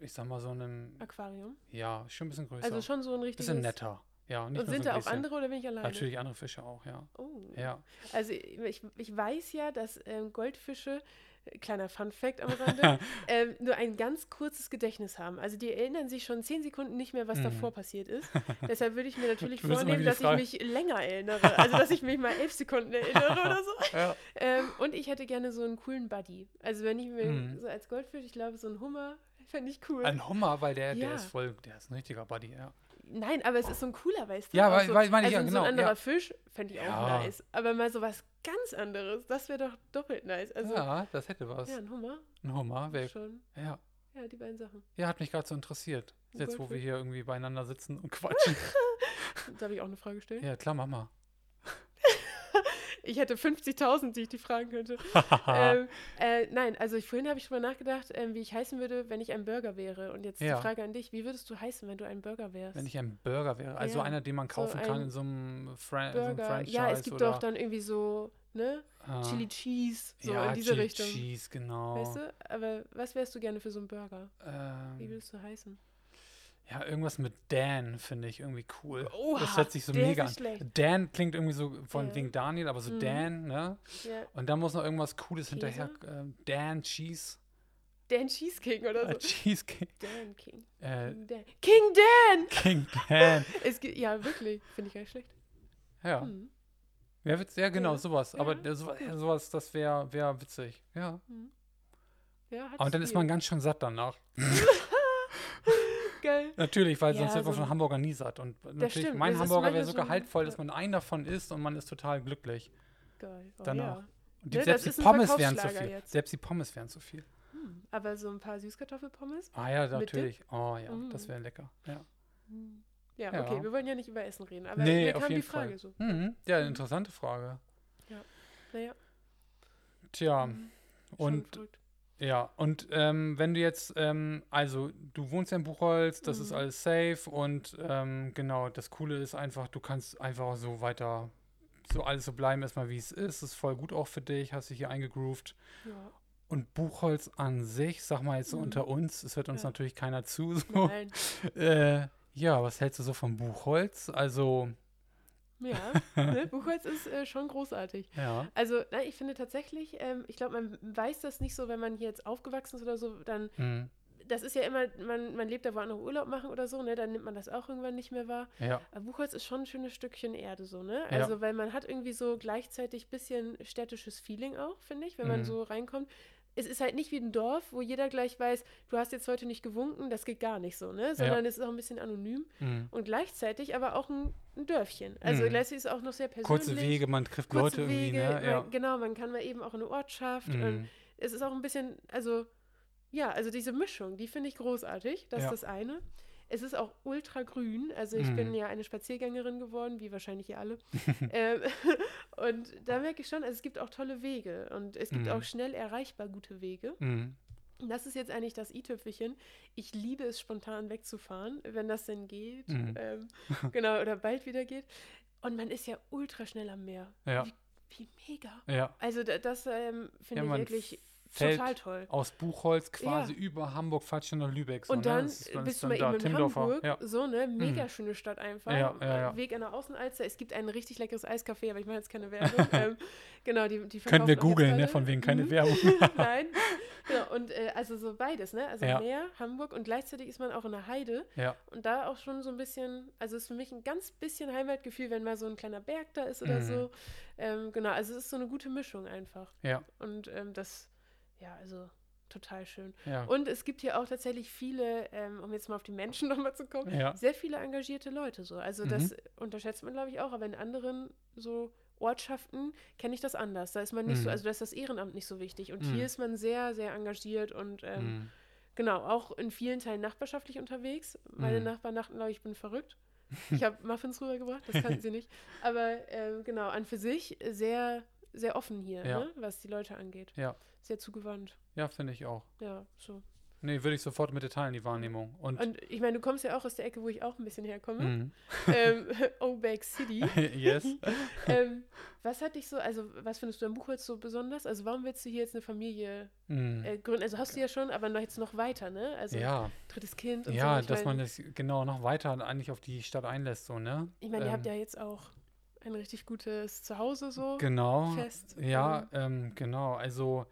[SPEAKER 2] ich sag mal so einem,
[SPEAKER 3] Aquarium.
[SPEAKER 2] ja, schon ein bisschen größer.
[SPEAKER 3] Also schon so ein richtiges.
[SPEAKER 2] bisschen netter. Ja, nicht
[SPEAKER 3] Und
[SPEAKER 2] nur
[SPEAKER 3] sind
[SPEAKER 2] so
[SPEAKER 3] da
[SPEAKER 2] ein
[SPEAKER 3] auch
[SPEAKER 2] bisschen.
[SPEAKER 3] andere oder bin ich alleine?
[SPEAKER 2] Natürlich andere Fische auch, ja.
[SPEAKER 3] Oh.
[SPEAKER 2] Ja,
[SPEAKER 3] Also ich, ich weiß ja, dass ähm, Goldfische, äh, kleiner Fun Fact am Rande, ähm, nur ein ganz kurzes Gedächtnis haben. Also die erinnern sich schon zehn Sekunden nicht mehr, was
[SPEAKER 2] Mhm.
[SPEAKER 3] davor passiert ist. Deshalb würde ich mir natürlich
[SPEAKER 2] Du willst immer
[SPEAKER 3] vornehmen,
[SPEAKER 2] wieder
[SPEAKER 3] dass
[SPEAKER 2] fragen.
[SPEAKER 3] ich mich länger erinnere. Also dass ich mich mal elf Sekunden erinnere oder so.
[SPEAKER 2] ja.
[SPEAKER 3] Ähm, und ich hätte gerne so einen coolen Buddy. Also wenn ich mir
[SPEAKER 2] Mhm.
[SPEAKER 3] so als Goldfisch, ich glaube, so ein Hummer fände ich cool.
[SPEAKER 2] Ein Hummer, weil der, der
[SPEAKER 3] Ja.
[SPEAKER 2] ist voll, der ist ein richtiger Buddy, ja.
[SPEAKER 3] Nein, aber es ist so ein cooler, weißt du?
[SPEAKER 2] Ja,
[SPEAKER 3] auch
[SPEAKER 2] weil-
[SPEAKER 3] so,
[SPEAKER 2] weil- meine ich
[SPEAKER 3] also
[SPEAKER 2] ja,
[SPEAKER 3] so
[SPEAKER 2] genau,
[SPEAKER 3] ein anderer
[SPEAKER 2] ja.
[SPEAKER 3] Fisch fände ich auch
[SPEAKER 2] Ja.
[SPEAKER 3] nice. Aber mal so was ganz anderes, das wäre doch doppelt nice. Also, ja,
[SPEAKER 2] ja, das hätte was.
[SPEAKER 3] ein Hummer
[SPEAKER 2] Ein Hummer, wär,
[SPEAKER 3] schon.
[SPEAKER 2] ja.
[SPEAKER 3] Ja, die beiden Sachen.
[SPEAKER 2] Ja, hat mich gerade so interessiert.
[SPEAKER 3] Oh
[SPEAKER 2] Jetzt,
[SPEAKER 3] Gott,
[SPEAKER 2] wo wir
[SPEAKER 3] wirklich?
[SPEAKER 2] hier irgendwie beieinander sitzen und quatschen.
[SPEAKER 3] Darf ich auch eine Frage stellen?
[SPEAKER 2] ja, klar, Mama.
[SPEAKER 3] Ich hätte 50.000, die ich die fragen könnte. ähm, äh, nein, also ich, vorhin habe ich drüber nachgedacht, ähm, wie ich heißen würde, wenn ich ein Burger wäre. Und jetzt
[SPEAKER 2] Ja.
[SPEAKER 3] die Frage an dich, wie würdest du heißen, wenn du ein Burger wärst?
[SPEAKER 2] Wenn ich ein Burger wäre, also
[SPEAKER 3] Ja,
[SPEAKER 2] einer, den man
[SPEAKER 3] so
[SPEAKER 2] kaufen kann
[SPEAKER 3] ein
[SPEAKER 2] in so einem, Fra in so einem
[SPEAKER 3] Burger.
[SPEAKER 2] Franchise.
[SPEAKER 3] Ja, es gibt
[SPEAKER 2] oder,
[SPEAKER 3] doch dann irgendwie so, ne?
[SPEAKER 2] ah,
[SPEAKER 3] Chili Cheese, so
[SPEAKER 2] ja,
[SPEAKER 3] in diese
[SPEAKER 2] Chili
[SPEAKER 3] Richtung.
[SPEAKER 2] Cheese, genau.
[SPEAKER 3] Weißt du? Aber was wärst du gerne für so einen Burger? Wie
[SPEAKER 2] ähm,
[SPEAKER 3] würdest du heißen?
[SPEAKER 2] ja, irgendwas mit Dan finde ich irgendwie cool.
[SPEAKER 3] Oha,
[SPEAKER 2] das hört sich so
[SPEAKER 3] der ist
[SPEAKER 2] mega an.
[SPEAKER 3] nicht schlecht.
[SPEAKER 2] Dan klingt irgendwie so von
[SPEAKER 3] Ja.
[SPEAKER 2] wegen Daniel, aber so
[SPEAKER 3] Mhm.
[SPEAKER 2] Dan, ne?
[SPEAKER 3] Ja,
[SPEAKER 2] Und dann muss noch irgendwas Cooles
[SPEAKER 3] Käse?
[SPEAKER 2] hinterher. ähm, Dan Cheese.
[SPEAKER 3] Dan Cheesecake oder
[SPEAKER 2] Äh,
[SPEAKER 3] so.
[SPEAKER 2] Cheesecake.
[SPEAKER 3] Dan King.
[SPEAKER 2] Äh,
[SPEAKER 3] King Dan. King Dan!
[SPEAKER 2] King Dan.
[SPEAKER 3] Es gibt, ja, wirklich. Finde ich gar nicht schlecht.
[SPEAKER 2] Ja.
[SPEAKER 3] Hm.
[SPEAKER 2] Ja, witz, ja genau,
[SPEAKER 3] Ja,
[SPEAKER 2] sowas. Aber
[SPEAKER 3] ja,
[SPEAKER 2] der- sowas, ja, sowas das wäre wär witzig. Ja.
[SPEAKER 3] Ja, hat
[SPEAKER 2] Aber dann ist man ganz schön satt danach.
[SPEAKER 3] geil.
[SPEAKER 2] Natürlich, weil sonst
[SPEAKER 3] Ja,
[SPEAKER 2] wird man
[SPEAKER 3] so
[SPEAKER 2] von
[SPEAKER 3] ein-
[SPEAKER 2] Hamburger nie satt. Und natürlich,
[SPEAKER 3] stimmt,
[SPEAKER 2] mein
[SPEAKER 3] es ist
[SPEAKER 2] Hamburger wäre
[SPEAKER 3] manchmal
[SPEAKER 2] so
[SPEAKER 3] so ein-
[SPEAKER 2] gehaltvoll, dass
[SPEAKER 3] ja.
[SPEAKER 2] man einen davon isst und man ist total glücklich.
[SPEAKER 3] Geil. Oh,
[SPEAKER 2] Danach.
[SPEAKER 3] Ja.
[SPEAKER 2] Und die,
[SPEAKER 3] Ne, das
[SPEAKER 2] selbst die
[SPEAKER 3] ist ein
[SPEAKER 2] Pommes wären zu
[SPEAKER 3] Verkaufsschlager
[SPEAKER 2] viel.
[SPEAKER 3] jetzt.
[SPEAKER 2] Selbst die Pommes wären zu viel.
[SPEAKER 3] Hm. Aber so ein paar Süßkartoffelpommes?
[SPEAKER 2] Ah ja,
[SPEAKER 3] Mit Dip?
[SPEAKER 2] natürlich. Oh ja, das
[SPEAKER 3] Mm.
[SPEAKER 2] wäre lecker. Ja,
[SPEAKER 3] Ja,
[SPEAKER 2] Hm. Ja.
[SPEAKER 3] okay. Wir wollen ja nicht über Essen reden. Aber
[SPEAKER 2] Nee,
[SPEAKER 3] mir
[SPEAKER 2] auf
[SPEAKER 3] kam die
[SPEAKER 2] jeden
[SPEAKER 3] Frage
[SPEAKER 2] Fall.
[SPEAKER 3] so.
[SPEAKER 2] mhm. ja eine interessante Frage.
[SPEAKER 3] Naja.
[SPEAKER 2] Tja,
[SPEAKER 3] Mhm. Schon
[SPEAKER 2] und
[SPEAKER 3] verrückt.
[SPEAKER 2] Ja, und ähm, wenn du jetzt, ähm, also du wohnst ja in Buchholz, das ist
[SPEAKER 3] Mhm.
[SPEAKER 2] alles safe und ähm, genau, das Coole ist einfach, du kannst einfach so weiter, so alles so bleiben erstmal wie es ist, ist voll gut auch für dich, hast dich hier eingegroovt.
[SPEAKER 3] Ja.
[SPEAKER 2] Und Buchholz an sich, sag mal jetzt so
[SPEAKER 3] Mhm.
[SPEAKER 2] unter uns, es hört uns
[SPEAKER 3] Ja.
[SPEAKER 2] natürlich keiner zu, so.
[SPEAKER 3] Nein.
[SPEAKER 2] Äh, ja, was hältst du so von Buchholz? Also,
[SPEAKER 3] Ja, ne? Buchholz ist äh, schon großartig.
[SPEAKER 2] ja.
[SPEAKER 3] Also, ne, ich finde tatsächlich, ähm, ich glaube, man weiß das nicht so, wenn man hier jetzt aufgewachsen ist oder so, dann,
[SPEAKER 2] Mhm.
[SPEAKER 3] das ist ja immer, man, man lebt da, wo andere Urlaub machen oder so, ne, dann nimmt man das auch irgendwann nicht mehr wahr.
[SPEAKER 2] Ja,
[SPEAKER 3] Aber Buchholz ist schon ein schönes Stückchen Erde, so, ne?
[SPEAKER 2] Ja.
[SPEAKER 3] Also, weil man hat irgendwie so gleichzeitig ein bisschen städtisches Feeling auch, finde ich, wenn man
[SPEAKER 2] Mhm.
[SPEAKER 3] so reinkommt. Es ist halt nicht wie ein Dorf, wo jeder gleich weiß, du hast jetzt heute nicht gewunken, das geht gar nicht so, ne? Sondern es ist auch ein bisschen anonym
[SPEAKER 2] mhm.
[SPEAKER 3] und gleichzeitig aber auch ein, ein Dörfchen. Also
[SPEAKER 2] Mhm.
[SPEAKER 3] gleichzeitig ist es auch noch sehr persönlich.
[SPEAKER 2] Kurze Wege, man trifft Leute
[SPEAKER 3] kurze
[SPEAKER 2] irgendwie, ne?
[SPEAKER 3] Wege,
[SPEAKER 2] Ja.
[SPEAKER 3] man, genau, man kann mal eben auch in eine Ortschaft und
[SPEAKER 2] Mhm.
[SPEAKER 3] es ist auch ein bisschen, also ja, also diese Mischung, die finde ich großartig. Das
[SPEAKER 2] Ja.
[SPEAKER 3] ist das eine. Es ist auch ultra grün. Also ich
[SPEAKER 2] Mhm.
[SPEAKER 3] bin ja eine Spaziergängerin geworden, wie wahrscheinlich ihr alle. ähm, und da merke ich schon, also es gibt auch tolle Wege und es gibt
[SPEAKER 2] Mhm.
[SPEAKER 3] auch schnell erreichbar gute Wege.
[SPEAKER 2] Mhm.
[SPEAKER 3] Und Das ist jetzt eigentlich das i-Tüpfelchen. Ich liebe es, spontan wegzufahren, wenn das denn
[SPEAKER 2] Mhm.
[SPEAKER 3] geht. Ähm, genau, oder bald wieder geht. Und man ist ja ultra schnell am Meer.
[SPEAKER 2] Ja.
[SPEAKER 3] Wie, wie mega.
[SPEAKER 2] Ja.
[SPEAKER 3] Also da- das ähm, finde
[SPEAKER 2] Ja,
[SPEAKER 3] ich
[SPEAKER 2] man
[SPEAKER 3] wirklich
[SPEAKER 2] fällt
[SPEAKER 3] total toll.
[SPEAKER 2] aus Buchholz quasi
[SPEAKER 3] Ja.
[SPEAKER 2] über Hamburg, fahrt schon nach Lübeck. so,
[SPEAKER 3] Und
[SPEAKER 2] ne?
[SPEAKER 3] dann
[SPEAKER 2] Das ist- dann
[SPEAKER 3] bist
[SPEAKER 2] ist
[SPEAKER 3] du
[SPEAKER 2] dann
[SPEAKER 3] mal
[SPEAKER 2] da
[SPEAKER 3] eben in
[SPEAKER 2] Timmendorfer,
[SPEAKER 3] Hamburg.
[SPEAKER 2] Ja. Mhm.
[SPEAKER 3] So, ne? Mega schöne Stadt einfach.
[SPEAKER 2] Ja, ja, ja.
[SPEAKER 3] Weg an der Außenalster. Es gibt einen richtig leckeres Eiscafé, aber ich mache jetzt keine Werbung. ähm, genau, die, die
[SPEAKER 2] Können wir
[SPEAKER 3] verkaufen auch jetzt
[SPEAKER 2] googeln, ne?
[SPEAKER 3] alle.
[SPEAKER 2] Von wegen keine
[SPEAKER 3] Mhm.
[SPEAKER 2] Werbung.
[SPEAKER 3] Nein. Genau, und äh, also so beides, ne? Also
[SPEAKER 2] Ja.
[SPEAKER 3] Meer, Hamburg und gleichzeitig ist man auch in der Heide
[SPEAKER 2] ja.
[SPEAKER 3] und da auch schon so ein bisschen, also ist für mich ein ganz bisschen Heimatgefühl, wenn mal so ein kleiner Berg da ist oder
[SPEAKER 2] Mhm.
[SPEAKER 3] so. Ähm, genau, also es ist so eine gute Mischung einfach.
[SPEAKER 2] Ja.
[SPEAKER 3] Und ähm, das, ja, also total schön.
[SPEAKER 2] Ja.
[SPEAKER 3] Und es gibt hier auch tatsächlich viele, ähm, um jetzt mal auf die Menschen nochmal zu kommen,
[SPEAKER 2] ja.
[SPEAKER 3] sehr viele engagierte Leute so. Also
[SPEAKER 2] Mhm.
[SPEAKER 3] das unterschätzt man, glaube ich, auch, aber in anderen so Ortschaften kenne ich das anders. Da ist man nicht so,
[SPEAKER 2] Mhm.
[SPEAKER 3] also da ist das Ehrenamt nicht so wichtig. Und
[SPEAKER 2] Mhm.
[SPEAKER 3] hier ist man sehr, sehr engagiert und ähm,
[SPEAKER 2] Mhm.
[SPEAKER 3] genau, auch in vielen Teilen nachbarschaftlich unterwegs. Meine
[SPEAKER 2] Mhm.
[SPEAKER 3] Nachbarn dachten, glaube ich, ich bin verrückt. Ich habe Muffins rübergebracht, das kannten sie nicht. Aber ähm, genau, an für sich sehr, sehr offen hier,
[SPEAKER 2] Ja.
[SPEAKER 3] ne, was die Leute angeht.
[SPEAKER 2] Ja.
[SPEAKER 3] Sehr zugewandt.
[SPEAKER 2] ja, finde ich auch.
[SPEAKER 3] Ja, so.
[SPEAKER 2] Nee, würde ich sofort mit dir teilen, die Wahrnehmung. Und,
[SPEAKER 3] Und ich meine, du kommst ja auch aus der Ecke, wo ich auch ein bisschen herkomme.
[SPEAKER 2] Mhm.
[SPEAKER 3] ähm, Obeck City.
[SPEAKER 2] yes.
[SPEAKER 3] ähm, was hat dich so, also was findest du am Buchholz so besonders? Also warum willst du hier jetzt eine Familie
[SPEAKER 2] Mhm.
[SPEAKER 3] äh, gründen? Also hast du ja schon, aber noch jetzt noch weiter, ne? Also
[SPEAKER 2] ja,
[SPEAKER 3] drittes Kind und so.
[SPEAKER 2] ja,
[SPEAKER 3] ich
[SPEAKER 2] dass
[SPEAKER 3] mein,
[SPEAKER 2] man das genau noch weiter eigentlich auf die Stadt einlässt, so, ne?
[SPEAKER 3] Ich meine, ihr habt
[SPEAKER 2] Ähm,
[SPEAKER 3] ja jetzt auch ein richtig gutes Zuhause so.
[SPEAKER 2] Genau.
[SPEAKER 3] fest,
[SPEAKER 2] Ja, ähm, genau. Also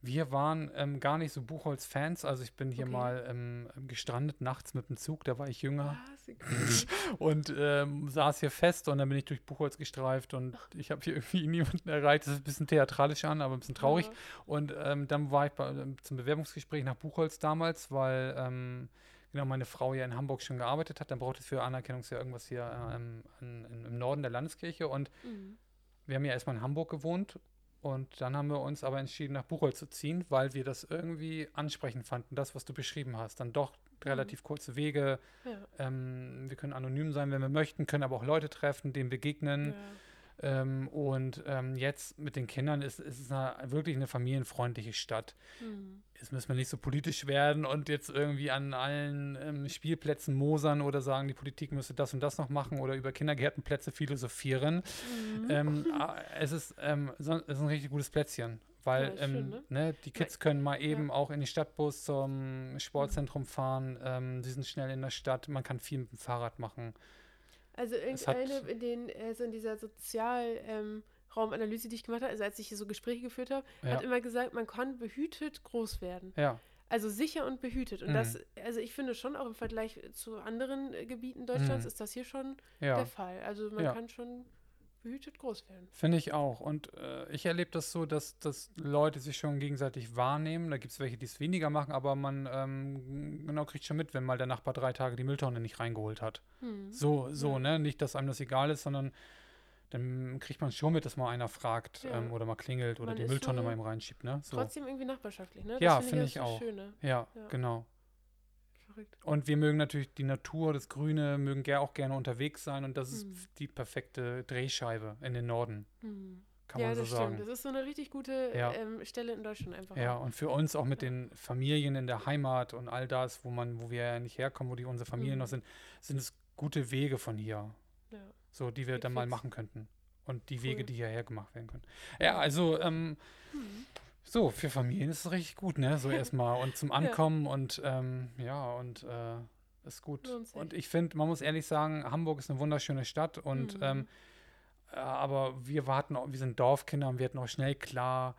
[SPEAKER 2] wir waren ähm, gar nicht so Buchholz-Fans. Also ich bin hier
[SPEAKER 3] Okay.
[SPEAKER 2] mal ähm, gestrandet nachts mit dem Zug, da war ich jünger.
[SPEAKER 3] Was? Cool.
[SPEAKER 2] und ähm, saß hier fest und dann bin ich durch Buchholz gestreift und ich habe hier irgendwie niemanden erreicht. Das ist ein bisschen theatralisch an, aber ein bisschen traurig.
[SPEAKER 3] Ja.
[SPEAKER 2] Und ähm, dann war ich bei, zum Bewerbungsgespräch nach Buchholz damals, weil ähm, genau meine Frau ja in Hamburg schon gearbeitet hat. Dann braucht es für Anerkennungsjahr irgendwas hier ähm, in, in, im Norden der Landeskirche. Und
[SPEAKER 3] Mhm.
[SPEAKER 2] wir haben ja erstmal in Hamburg gewohnt und dann haben wir uns aber entschieden, nach Buchholz zu ziehen, weil wir das irgendwie ansprechend fanden, das, was du beschrieben hast. Dann doch relativ kurze Wege,
[SPEAKER 3] Ja.
[SPEAKER 2] ähm, wir können anonym sein, wenn wir möchten, können aber auch Leute treffen, denen begegnen.
[SPEAKER 3] Ja.
[SPEAKER 2] Ähm, und ähm, jetzt mit den Kindern ist ist es eine, wirklich eine familienfreundliche Stadt.
[SPEAKER 3] Mhm.
[SPEAKER 2] Jetzt müssen wir nicht so politisch werden und jetzt irgendwie an allen ähm, Spielplätzen mosern oder sagen, die Politik müsste das und das noch machen oder über Kindergärtenplätze philosophieren.
[SPEAKER 3] Mhm.
[SPEAKER 2] Ähm, a- es, ist, ähm, so, es ist ein richtig gutes Plätzchen, weil
[SPEAKER 3] ist
[SPEAKER 2] ähm,
[SPEAKER 3] schön,
[SPEAKER 2] ne?
[SPEAKER 3] ne?
[SPEAKER 2] die Kids können mal eben auch in den Stadtbus zum
[SPEAKER 3] Mhm.
[SPEAKER 2] Sportzentrum fahren. Ähm, sie sind schnell in der Stadt, man kann viel mit dem Fahrrad machen.
[SPEAKER 3] Also
[SPEAKER 2] hat-
[SPEAKER 3] irgendeine in den, also in dieser Sozial- ähm, Raumanalyse, die ich gemacht habe, also als ich hier so Gespräche geführt habe,
[SPEAKER 2] Ja,
[SPEAKER 3] hat immer gesagt, man kann behütet groß werden.
[SPEAKER 2] ja.
[SPEAKER 3] Also sicher und behütet. Und
[SPEAKER 2] Mhm.
[SPEAKER 3] das, also ich finde schon auch im Vergleich zu anderen äh, Gebieten Deutschlands
[SPEAKER 2] Mhm.
[SPEAKER 3] ist das hier schon
[SPEAKER 2] ja.
[SPEAKER 3] der Fall. Also man
[SPEAKER 2] Ja.
[SPEAKER 3] kann schon behütet groß werden.
[SPEAKER 2] Finde ich auch. Und äh, ich erlebe das so, dass, dass Leute sich schon gegenseitig wahrnehmen. Da gibt es welche, die es weniger machen, aber man ähm, genau kriegt schon mit, wenn mal der Nachbar drei Tage die Mülltonne nicht reingeholt hat.
[SPEAKER 3] Hm.
[SPEAKER 2] So, so,
[SPEAKER 3] Ja.
[SPEAKER 2] ne? Nicht, dass einem das egal ist, sondern dann kriegt man schon mit, dass mal einer fragt
[SPEAKER 3] Ja.
[SPEAKER 2] ähm, oder mal klingelt oder
[SPEAKER 3] Man
[SPEAKER 2] die
[SPEAKER 3] ist
[SPEAKER 2] Mülltonne
[SPEAKER 3] so
[SPEAKER 2] mal eben reinschiebt, ne? So.
[SPEAKER 3] Trotzdem irgendwie nachbarschaftlich, ne?
[SPEAKER 2] Ja,
[SPEAKER 3] das
[SPEAKER 2] finde
[SPEAKER 3] das
[SPEAKER 2] ich
[SPEAKER 3] so
[SPEAKER 2] auch.
[SPEAKER 3] Schöne.
[SPEAKER 2] Ja,
[SPEAKER 3] Ja.
[SPEAKER 2] genau.
[SPEAKER 3] Verrückt.
[SPEAKER 2] Und wir mögen natürlich die Natur, das Grüne, mögen ger auch gerne unterwegs sein und das ist
[SPEAKER 3] Mhm.
[SPEAKER 2] f- die perfekte Drehscheibe in den Norden.
[SPEAKER 3] Hm.
[SPEAKER 2] kann
[SPEAKER 3] ja,
[SPEAKER 2] man so
[SPEAKER 3] das
[SPEAKER 2] sagen.
[SPEAKER 3] stimmt. Das ist so eine richtig gute
[SPEAKER 2] Ja.
[SPEAKER 3] ähm, Stelle in Deutschland einfach.
[SPEAKER 2] Ja,
[SPEAKER 3] auch.
[SPEAKER 2] und für uns auch mit den Familien in der Heimat und all das, wo man, wo wir ja nicht herkommen, wo die unsere Familien
[SPEAKER 3] Mhm.
[SPEAKER 2] noch sind, sind es gute Wege von hier,
[SPEAKER 3] ja.
[SPEAKER 2] so die wir dann mal
[SPEAKER 3] Fix.
[SPEAKER 2] machen könnten. Und die Wege,
[SPEAKER 3] Cool. Hm.
[SPEAKER 2] die hierher gemacht werden können. Ja, also, ähm, so, für Familien ist es richtig gut, ne? So erstmal. Und zum Ankommen und ähm, ja, und äh, ist gut.
[SPEAKER 3] Lohnt sich.
[SPEAKER 2] Und ich finde, man muss ehrlich sagen, Hamburg ist eine wunderschöne Stadt und
[SPEAKER 3] Mhm.
[SPEAKER 2] ähm, äh, aber wir warten, auch- wir sind Dorfkinder und wir hatten auch schnell klar,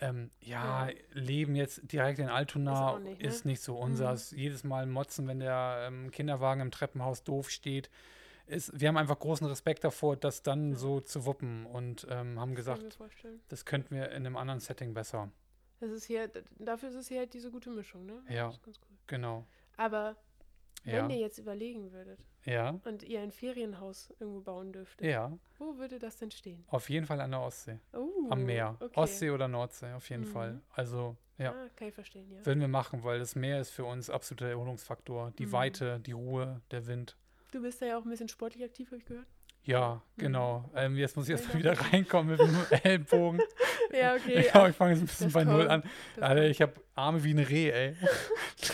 [SPEAKER 2] ähm, ja,
[SPEAKER 3] Ja.
[SPEAKER 2] Leben jetzt direkt in Altona
[SPEAKER 3] auch nicht, ne?
[SPEAKER 2] ist nicht so unseres. Jedes Mal motzen, wenn der ähm, Kinderwagen im Treppenhaus doof steht. Ist, wir haben einfach großen Respekt davor, das dann
[SPEAKER 3] Ja.
[SPEAKER 2] so zu wuppen und ähm, haben
[SPEAKER 3] Das kann ich mir
[SPEAKER 2] gesagt,
[SPEAKER 3] vorstellen.
[SPEAKER 2] das könnten wir in einem anderen Setting besser.
[SPEAKER 3] Das ist hier, d- dafür ist es hier halt diese gute Mischung, ne?
[SPEAKER 2] Ja.
[SPEAKER 3] Das ist ganz cool.
[SPEAKER 2] Genau.
[SPEAKER 3] Aber
[SPEAKER 2] Ja.
[SPEAKER 3] wenn ihr jetzt überlegen würdet
[SPEAKER 2] Ja.
[SPEAKER 3] und ihr ein Ferienhaus irgendwo bauen dürftet,
[SPEAKER 2] Ja.
[SPEAKER 3] wo würde das denn stehen?
[SPEAKER 2] Auf jeden Fall an der Ostsee.
[SPEAKER 3] Oh,
[SPEAKER 2] Am Meer.
[SPEAKER 3] okay.
[SPEAKER 2] Ostsee oder Nordsee, auf jeden Fall.
[SPEAKER 3] Mhm.
[SPEAKER 2] Also, ja.
[SPEAKER 3] Ah, kann ich verstehen, ja.
[SPEAKER 2] Würden wir machen, weil das Meer ist für uns absoluter Erholungsfaktor. Die
[SPEAKER 3] Mhm.
[SPEAKER 2] Weite, die Ruhe, der Wind.
[SPEAKER 3] Du bist da ja auch ein bisschen sportlich aktiv, habe ich gehört.
[SPEAKER 2] Ja,
[SPEAKER 3] Mhm.
[SPEAKER 2] genau. Ähm, jetzt muss ich erst mal wieder
[SPEAKER 3] Wunderbar.
[SPEAKER 2] reinkommen mit dem Ellenbogen.
[SPEAKER 3] Ja,
[SPEAKER 2] Ich
[SPEAKER 3] okay.
[SPEAKER 2] glaube, ich fange jetzt ein bisschen
[SPEAKER 3] das
[SPEAKER 2] bei Null an.
[SPEAKER 3] kommt, das
[SPEAKER 2] Alter,
[SPEAKER 3] kommt.
[SPEAKER 2] ich habe Arme wie ein Reh, ey.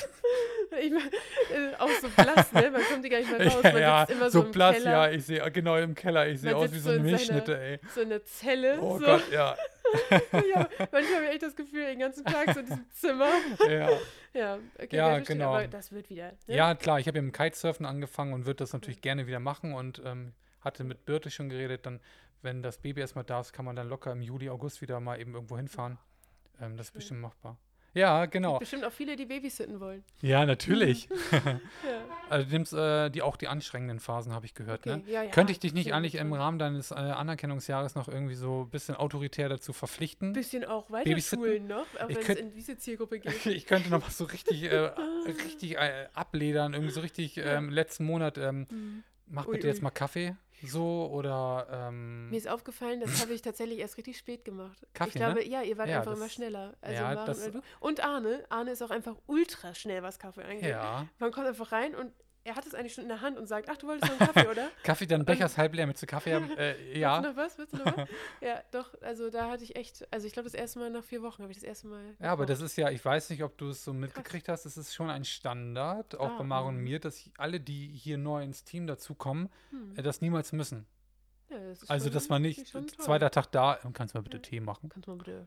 [SPEAKER 3] Ich mein, äh, auch so blass, ne? Man kommt die gar nicht mehr raus. Man
[SPEAKER 2] ja,
[SPEAKER 3] sitzt immer so,
[SPEAKER 2] so
[SPEAKER 3] im
[SPEAKER 2] blass,
[SPEAKER 3] Keller,
[SPEAKER 2] ja. Ich sehe, genau, im Keller. Ich sehe
[SPEAKER 3] Man
[SPEAKER 2] aus wie
[SPEAKER 3] sitzt
[SPEAKER 2] so
[SPEAKER 3] so
[SPEAKER 2] eine
[SPEAKER 3] in seiner-
[SPEAKER 2] Milchschnitte, ey.
[SPEAKER 3] so eine Zelle.
[SPEAKER 2] Oh
[SPEAKER 3] so.
[SPEAKER 2] Gott, ja.
[SPEAKER 3] ja, manchmal habe ich echt das Gefühl, den ganzen Tag so in diesem Zimmer.
[SPEAKER 2] ja.
[SPEAKER 3] Ja, okay,
[SPEAKER 2] Ja,
[SPEAKER 3] kann ich verstehen,
[SPEAKER 2] genau.
[SPEAKER 3] aber das wird wieder. Ne?
[SPEAKER 2] Ja, klar, ich habe ja mit Kitesurfen angefangen und würde das
[SPEAKER 3] Mhm.
[SPEAKER 2] natürlich gerne wieder machen und ähm, hatte mit Birte schon geredet, dann, wenn das Baby erstmal da ist, kann man dann locker im Juli, August wieder mal eben irgendwo hinfahren. Ähm, das ist bestimmt machbar. Ja, genau.
[SPEAKER 3] Bestimmt auch viele, die babysitten wollen.
[SPEAKER 2] Ja, natürlich.
[SPEAKER 3] Ja,
[SPEAKER 2] Also du nimmst äh, die auch die anstrengenden Phasen, habe ich gehört,
[SPEAKER 3] okay.
[SPEAKER 2] ne?
[SPEAKER 3] ja, ja.
[SPEAKER 2] Könnte ich dich nicht
[SPEAKER 3] Ja,
[SPEAKER 2] eigentlich im
[SPEAKER 3] schon.
[SPEAKER 2] Rahmen deines äh, Anerkennungsjahres noch irgendwie so ein bisschen autoritär dazu
[SPEAKER 3] Ein
[SPEAKER 2] verpflichten?
[SPEAKER 3] bisschen auch
[SPEAKER 2] Babysitten?
[SPEAKER 3] weiterschulen noch,
[SPEAKER 2] Ich
[SPEAKER 3] auch wenn es
[SPEAKER 2] könnt-
[SPEAKER 3] in diese Zielgruppe geht.
[SPEAKER 2] Ich könnte noch was so richtig, äh, richtig äh, abledern, irgendwie so richtig ähm, letzten Monat ähm,
[SPEAKER 3] Hm.
[SPEAKER 2] Mach
[SPEAKER 3] Ui,
[SPEAKER 2] bitte
[SPEAKER 3] ui.
[SPEAKER 2] jetzt mal Kaffee. So oder ähm,
[SPEAKER 3] Mir ist aufgefallen, das habe ich tatsächlich erst richtig spät gemacht. ich
[SPEAKER 2] Kaffee, ne?
[SPEAKER 3] glaube, ja, ihr wart
[SPEAKER 2] Ja,
[SPEAKER 3] einfach immer
[SPEAKER 2] das-
[SPEAKER 3] schneller. Also
[SPEAKER 2] ja,
[SPEAKER 3] Maren
[SPEAKER 2] das-
[SPEAKER 3] oder du. Und Arne. Arne ist auch einfach ultra schnell, was Kaffee angeht.
[SPEAKER 2] ja.
[SPEAKER 3] Man kommt einfach rein und er hat es eigentlich schon in der Hand und sagt, ach, du wolltest noch einen Kaffee, oder?
[SPEAKER 2] Kaffee, dann Becher ist halb leer. Mit zu Kaffee haben? Äh,
[SPEAKER 3] Willst
[SPEAKER 2] ja.
[SPEAKER 3] du noch was? Willst du noch was? ja, doch, also da hatte ich echt, also ich glaube, das erste Mal nach vier Wochen habe ich das erste Mal.
[SPEAKER 2] Ja, aber
[SPEAKER 3] gekocht.
[SPEAKER 2] das ist ja, ich weiß nicht, ob du es so mitgekriegt hast, es ist schon ein Standard, auch
[SPEAKER 3] Ah,
[SPEAKER 2] bei Maro und
[SPEAKER 3] mhm.
[SPEAKER 2] mir, dass ich- alle, die hier neu ins Team dazukommen, äh, das niemals müssen.
[SPEAKER 3] Hm. Ja, das Mhm. ist
[SPEAKER 2] Also,
[SPEAKER 3] schon-
[SPEAKER 2] dass man
[SPEAKER 3] ist
[SPEAKER 2] nicht
[SPEAKER 3] schon toll. Mhm.
[SPEAKER 2] zweiter Tag da, ähm, kannst du mal bitte Tee machen.
[SPEAKER 3] Kannst du mal bitte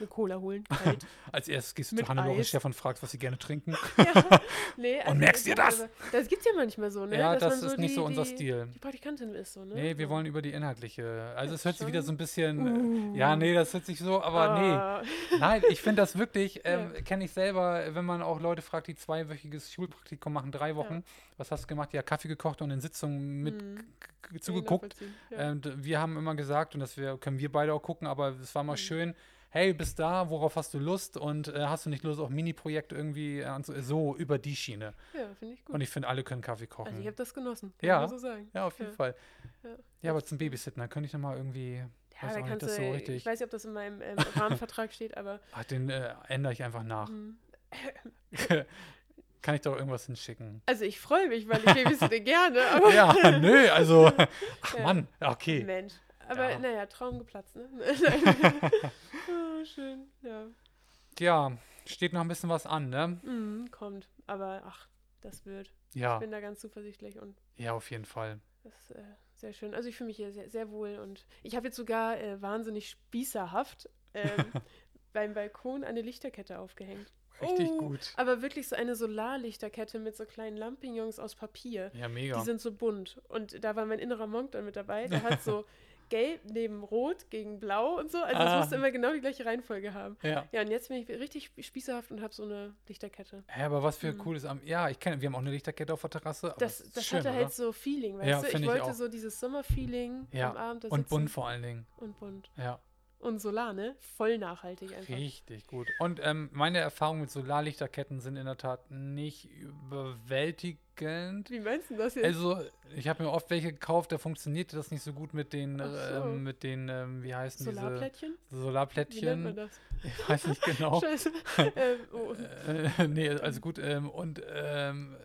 [SPEAKER 3] eine Cola holen? Kalt.
[SPEAKER 2] Als erstes gehst du
[SPEAKER 3] Mit
[SPEAKER 2] zu Hannelore
[SPEAKER 3] Eis.
[SPEAKER 2] Chef und fragst, was sie gerne trinken.
[SPEAKER 3] ja, nee, also
[SPEAKER 2] merkst dir das?
[SPEAKER 3] aber Das gibt's ja manchmal so, ne?
[SPEAKER 2] Ja, das
[SPEAKER 3] Dass man
[SPEAKER 2] ist nicht
[SPEAKER 3] die,
[SPEAKER 2] so unser
[SPEAKER 3] die,
[SPEAKER 2] Stil.
[SPEAKER 3] Die Praktikantin ist so, ne?
[SPEAKER 2] Nee, wir
[SPEAKER 3] So.
[SPEAKER 2] wollen über die inhaltliche. Also,
[SPEAKER 3] Ja,
[SPEAKER 2] es hört sich wieder
[SPEAKER 3] schon. Uh.
[SPEAKER 2] so ein bisschen. äh, Ja, nee, das hört sich so, aber nee.
[SPEAKER 3] Ah,
[SPEAKER 2] Nein, ich finde das wirklich, ähm,
[SPEAKER 3] Ja.
[SPEAKER 2] kenne ich selber, wenn man auch Leute fragt, die zweiwöchiges Schulpraktikum machen, drei Wochen, was hast du gemacht? Ja, Kaffee gekocht und in Sitzungen mit
[SPEAKER 3] Mhm.
[SPEAKER 2] k- k-
[SPEAKER 3] kann ich
[SPEAKER 2] zugeguckt.
[SPEAKER 3] nachvollziehen, Ja.
[SPEAKER 2] Ähm, d- wir haben immer gesagt, und das wir, können wir beide auch gucken, aber es war
[SPEAKER 3] Mhm.
[SPEAKER 2] mal schön, hey, bist da, worauf hast du Lust und äh, hast du nicht Lust auf Mini-Projekt irgendwie äh, anzu- so über die Schiene?
[SPEAKER 3] ja, finde ich gut.
[SPEAKER 2] Und ich finde, alle können Kaffee kochen.
[SPEAKER 3] also ich habe das genossen, kann
[SPEAKER 2] Ja.
[SPEAKER 3] ich nur so sagen.
[SPEAKER 2] ja, auf jeden Fall.
[SPEAKER 3] Ja.
[SPEAKER 2] Ja. aber zum Babysitten, da könnte ich nochmal irgendwie,
[SPEAKER 3] Ja,
[SPEAKER 2] weiß
[SPEAKER 3] da
[SPEAKER 2] auch nicht,
[SPEAKER 3] kannst
[SPEAKER 2] das
[SPEAKER 3] du, äh,
[SPEAKER 2] so
[SPEAKER 3] ich
[SPEAKER 2] richtig,
[SPEAKER 3] weiß nicht, ob das in meinem ähm, Rahmenvertrag steht, aber
[SPEAKER 2] ach, den äh, ändere ich einfach nach.
[SPEAKER 3] hm.
[SPEAKER 2] Kann ich doch irgendwas hinschicken.
[SPEAKER 3] also ich freue mich, weil ich babysitte gerne, aber
[SPEAKER 2] Ja, nö, also, ach
[SPEAKER 3] Ja.
[SPEAKER 2] Mann, okay.
[SPEAKER 3] Mensch. Aber
[SPEAKER 2] Ja.
[SPEAKER 3] naja, Traum geplatzt, ne? Nein. oh, schön, ja.
[SPEAKER 2] Ja, steht noch ein bisschen was an, ne?
[SPEAKER 3] Mhm, kommt. Aber ach, das wird. Ich
[SPEAKER 2] Ja,
[SPEAKER 3] bin da ganz zuversichtlich und
[SPEAKER 2] ja, auf jeden Fall.
[SPEAKER 3] das ist äh, sehr schön. Also ich fühle mich hier sehr, sehr wohl und ich habe jetzt sogar äh, wahnsinnig spießerhaft ähm, beim Balkon eine Lichterkette aufgehängt.
[SPEAKER 2] Richtig
[SPEAKER 3] Oh,
[SPEAKER 2] gut.
[SPEAKER 3] Aber wirklich so eine Solarlichterkette mit so kleinen Lampignons aus Papier.
[SPEAKER 2] Ja, mega.
[SPEAKER 3] Die sind so bunt. Und da war mein innerer Monk dann mit dabei. Der hat so gelb neben rot gegen blau und so. Also es
[SPEAKER 2] Ah.
[SPEAKER 3] musste immer genau die gleiche Reihenfolge haben.
[SPEAKER 2] Ja.
[SPEAKER 3] Ja, und jetzt bin ich richtig spießerhaft und habe so eine Lichterkette.
[SPEAKER 2] Hä, aber was für cooles Am. Ja, ich kenne, wir haben auch eine Lichterkette auf der Terrasse. Aber
[SPEAKER 3] Hm. Das,
[SPEAKER 2] ist
[SPEAKER 3] das
[SPEAKER 2] schön,
[SPEAKER 3] hatte
[SPEAKER 2] oder?
[SPEAKER 3] halt so Feeling, weißt
[SPEAKER 2] Ja,
[SPEAKER 3] du?
[SPEAKER 2] find
[SPEAKER 3] Ich
[SPEAKER 2] ich
[SPEAKER 3] wollte
[SPEAKER 2] auch.
[SPEAKER 3] so dieses Sommerfeeling am
[SPEAKER 2] Ja,
[SPEAKER 3] Abend. da
[SPEAKER 2] und
[SPEAKER 3] sitzen.
[SPEAKER 2] bunt vor allen Dingen.
[SPEAKER 3] Und bunt.
[SPEAKER 2] Ja,
[SPEAKER 3] Und Solar, ne? Voll nachhaltig einfach.
[SPEAKER 2] richtig gut. Und ähm, meine Erfahrungen mit Solarlichterketten sind in der Tat nicht überwältigend.
[SPEAKER 3] Wie meinst du das jetzt?
[SPEAKER 2] Also, ich habe mir oft welche gekauft, da funktionierte das nicht so gut mit den,
[SPEAKER 3] Ach
[SPEAKER 2] äh,
[SPEAKER 3] so.
[SPEAKER 2] ähm, mit den, ähm, wie heißen diese
[SPEAKER 3] Solarplättchen? Wie nennt man
[SPEAKER 2] Solarplättchen?
[SPEAKER 3] das?
[SPEAKER 2] Ich weiß nicht genau.
[SPEAKER 3] Scheiße. ähm, oh.
[SPEAKER 2] Äh, nee, also gut, ähm, und ähm,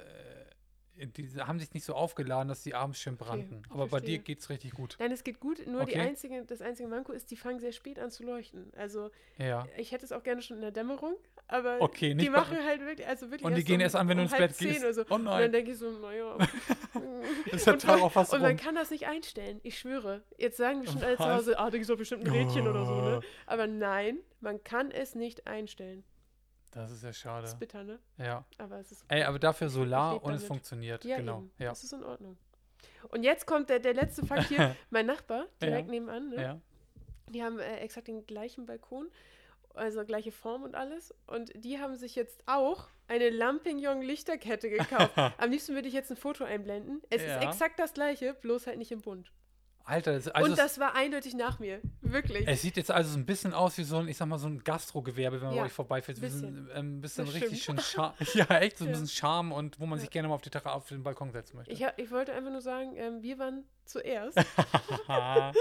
[SPEAKER 2] äh, die haben sich nicht so aufgeladen, dass die abends schön brannten. Aber bei
[SPEAKER 3] verstehe.
[SPEAKER 2] dir geht's richtig gut.
[SPEAKER 3] Nein, es geht gut, nur die
[SPEAKER 2] Okay.
[SPEAKER 3] einzige, das einzige Manko ist, die fangen sehr spät an zu leuchten. Also
[SPEAKER 2] Ja.
[SPEAKER 3] ich hätte es auch gerne schon in der Dämmerung, aber
[SPEAKER 2] Okay, nicht
[SPEAKER 3] die
[SPEAKER 2] bei-
[SPEAKER 3] machen halt wirklich, also wirklich
[SPEAKER 2] Und die gehen
[SPEAKER 3] um-
[SPEAKER 2] erst an, wenn du
[SPEAKER 3] um
[SPEAKER 2] ins
[SPEAKER 3] halb
[SPEAKER 2] Bett
[SPEAKER 3] zehn
[SPEAKER 2] gehst.
[SPEAKER 3] Oder so.
[SPEAKER 2] Oh
[SPEAKER 3] Und dann
[SPEAKER 2] nein,
[SPEAKER 3] denke ich so, naja.
[SPEAKER 2] ist ja
[SPEAKER 3] und
[SPEAKER 2] Tag
[SPEAKER 3] man-
[SPEAKER 2] auch was
[SPEAKER 3] Und man
[SPEAKER 2] rum.
[SPEAKER 3] kann das nicht einstellen, ich schwöre. Jetzt sagen wir schon alle zu
[SPEAKER 2] Was?
[SPEAKER 3] Hause, ah, da gibt es doch bestimmt ein Rädchen oder so, ne?
[SPEAKER 2] Oh.
[SPEAKER 3] Aber nein, man kann es nicht einstellen.
[SPEAKER 2] Das ist ja
[SPEAKER 3] Das
[SPEAKER 2] schade.
[SPEAKER 3] ist bitter, ne?
[SPEAKER 2] Ja.
[SPEAKER 3] Aber es ist
[SPEAKER 2] Ey, aber dafür
[SPEAKER 3] leb
[SPEAKER 2] Solar und es
[SPEAKER 3] damit.
[SPEAKER 2] funktioniert.
[SPEAKER 3] Ja,
[SPEAKER 2] genau.
[SPEAKER 3] eben.
[SPEAKER 2] Ja.
[SPEAKER 3] Das ist in Ordnung. Und jetzt kommt der, der letzte Fakt hier. mein Nachbar, direkt
[SPEAKER 2] Ja.
[SPEAKER 3] nebenan, ne?
[SPEAKER 2] ja.
[SPEAKER 3] die haben äh, exakt den gleichen Balkon, also gleiche Form und alles. Und die haben sich jetzt auch eine Lampignon-Lichterkette gekauft. Am liebsten würde ich jetzt ein Foto einblenden. Es
[SPEAKER 2] Ja.
[SPEAKER 3] ist exakt das gleiche, bloß halt nicht im Bund.
[SPEAKER 2] Alter, das, also
[SPEAKER 3] und
[SPEAKER 2] es,
[SPEAKER 3] das war eindeutig nach mir. Wirklich.
[SPEAKER 2] es sieht jetzt also so ein bisschen aus wie so ein, ich sag mal, so ein Gastrogewerbe, wenn man
[SPEAKER 3] Ja,
[SPEAKER 2] bei euch vorbeifährt. Wir
[SPEAKER 3] bisschen.
[SPEAKER 2] sind, ähm, ein bisschen
[SPEAKER 3] Das
[SPEAKER 2] richtig schön Charme. Ja, echt, so ein
[SPEAKER 3] Ja.
[SPEAKER 2] bisschen Charme und wo man
[SPEAKER 3] Ja.
[SPEAKER 2] sich gerne mal auf, die Terra- auf den Balkon setzen möchte.
[SPEAKER 3] ich, ha- ich wollte einfach nur sagen, ähm, wir waren zuerst.
[SPEAKER 2] Haha.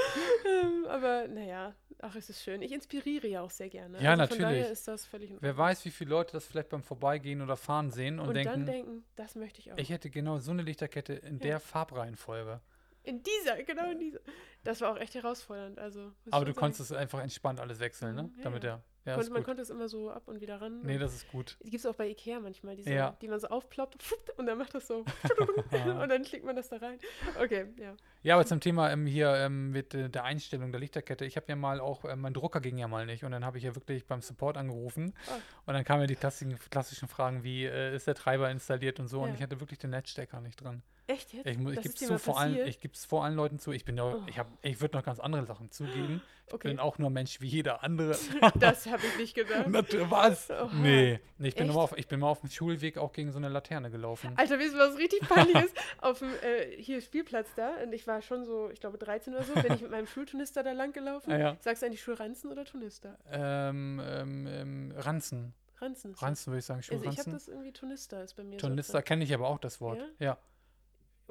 [SPEAKER 3] ähm, aber naja, ach, es ist schön. Ich inspiriere ja auch sehr gerne. Also
[SPEAKER 2] Ja,
[SPEAKER 3] Von daher
[SPEAKER 2] natürlich.
[SPEAKER 3] ist das völlig in Ordnung.
[SPEAKER 2] Wer weiß, wie viele Leute das vielleicht beim Vorbeigehen oder Fahren sehen und,
[SPEAKER 3] Und
[SPEAKER 2] denken,
[SPEAKER 3] dann denken, das möchte ich auch.
[SPEAKER 2] ich hätte genau so eine Lichterkette in der Farbreihenfolge.
[SPEAKER 3] in dieser, genau in dieser. Das war auch echt herausfordernd. Also, muss ich
[SPEAKER 2] Aber
[SPEAKER 3] schon
[SPEAKER 2] du
[SPEAKER 3] sagen.
[SPEAKER 2] konntest einfach entspannt alles wechseln, ne?
[SPEAKER 3] Mhm, ja,
[SPEAKER 2] Damit
[SPEAKER 3] ja.
[SPEAKER 2] er. Ja,
[SPEAKER 3] Konnt-
[SPEAKER 2] ist
[SPEAKER 3] man
[SPEAKER 2] gut.
[SPEAKER 3] konnte es immer so ab und wieder ran.
[SPEAKER 2] Nee,
[SPEAKER 3] und
[SPEAKER 2] das ist gut.
[SPEAKER 3] die gibt es auch bei Ikea manchmal, diese,
[SPEAKER 2] Ja.
[SPEAKER 3] die man so aufploppt pfupp, und dann macht das so und dann klickt man das da rein. Okay, ja.
[SPEAKER 2] Ja, aber zum Thema ähm, hier ähm, mit äh, der Einstellung der Lichterkette. Ich habe ja mal auch, äh, mein Drucker ging ja mal nicht und dann habe ich ja wirklich beim Support angerufen
[SPEAKER 3] Ah.
[SPEAKER 2] und dann kamen ja die klassischen, klassischen Fragen wie, äh, ist der Treiber installiert und so und
[SPEAKER 3] Ja.
[SPEAKER 2] ich hatte wirklich den Netzstecker nicht dran.
[SPEAKER 3] Echt jetzt?
[SPEAKER 2] Ich, mu- ich
[SPEAKER 3] Das
[SPEAKER 2] gebe
[SPEAKER 3] ist
[SPEAKER 2] es
[SPEAKER 3] dir mal
[SPEAKER 2] vor, allen-
[SPEAKER 3] passiert?
[SPEAKER 2] ich geb's vor allen Leuten zu, ich bin ja,
[SPEAKER 3] Oh.
[SPEAKER 2] ich, hab- ich würde noch ganz andere Sachen zugeben. Ich
[SPEAKER 3] Okay.
[SPEAKER 2] bin auch nur Mensch wie jeder andere.
[SPEAKER 3] Das habe ich nicht gedacht.
[SPEAKER 2] Natu- Was?
[SPEAKER 3] Oha.
[SPEAKER 2] Nee. Ich bin,
[SPEAKER 3] Echt?
[SPEAKER 2] mal auf, ich bin mal auf dem Schulweg auch gegen so eine Laterne gelaufen.
[SPEAKER 3] Alter, weißt du, was richtig peinlich ist? Auf dem äh, hier Spielplatz da, und ich war schon so, ich glaube 13 oder so, bin ich mit meinem Schulturnister da lang gelaufen.
[SPEAKER 2] Ah, ja.
[SPEAKER 3] Sagst du eigentlich Schulranzen oder Turnister?
[SPEAKER 2] Ähm, ähm, ähm, Ranzen.
[SPEAKER 3] Ranzen. ist
[SPEAKER 2] Ranzen würde ich sagen.
[SPEAKER 3] das. Also ich habe
[SPEAKER 2] Schulranzen.
[SPEAKER 3] das irgendwie Turnister ist bei mir
[SPEAKER 2] Turnister kenne ich aber auch das Wort. Ja.
[SPEAKER 3] so. drin.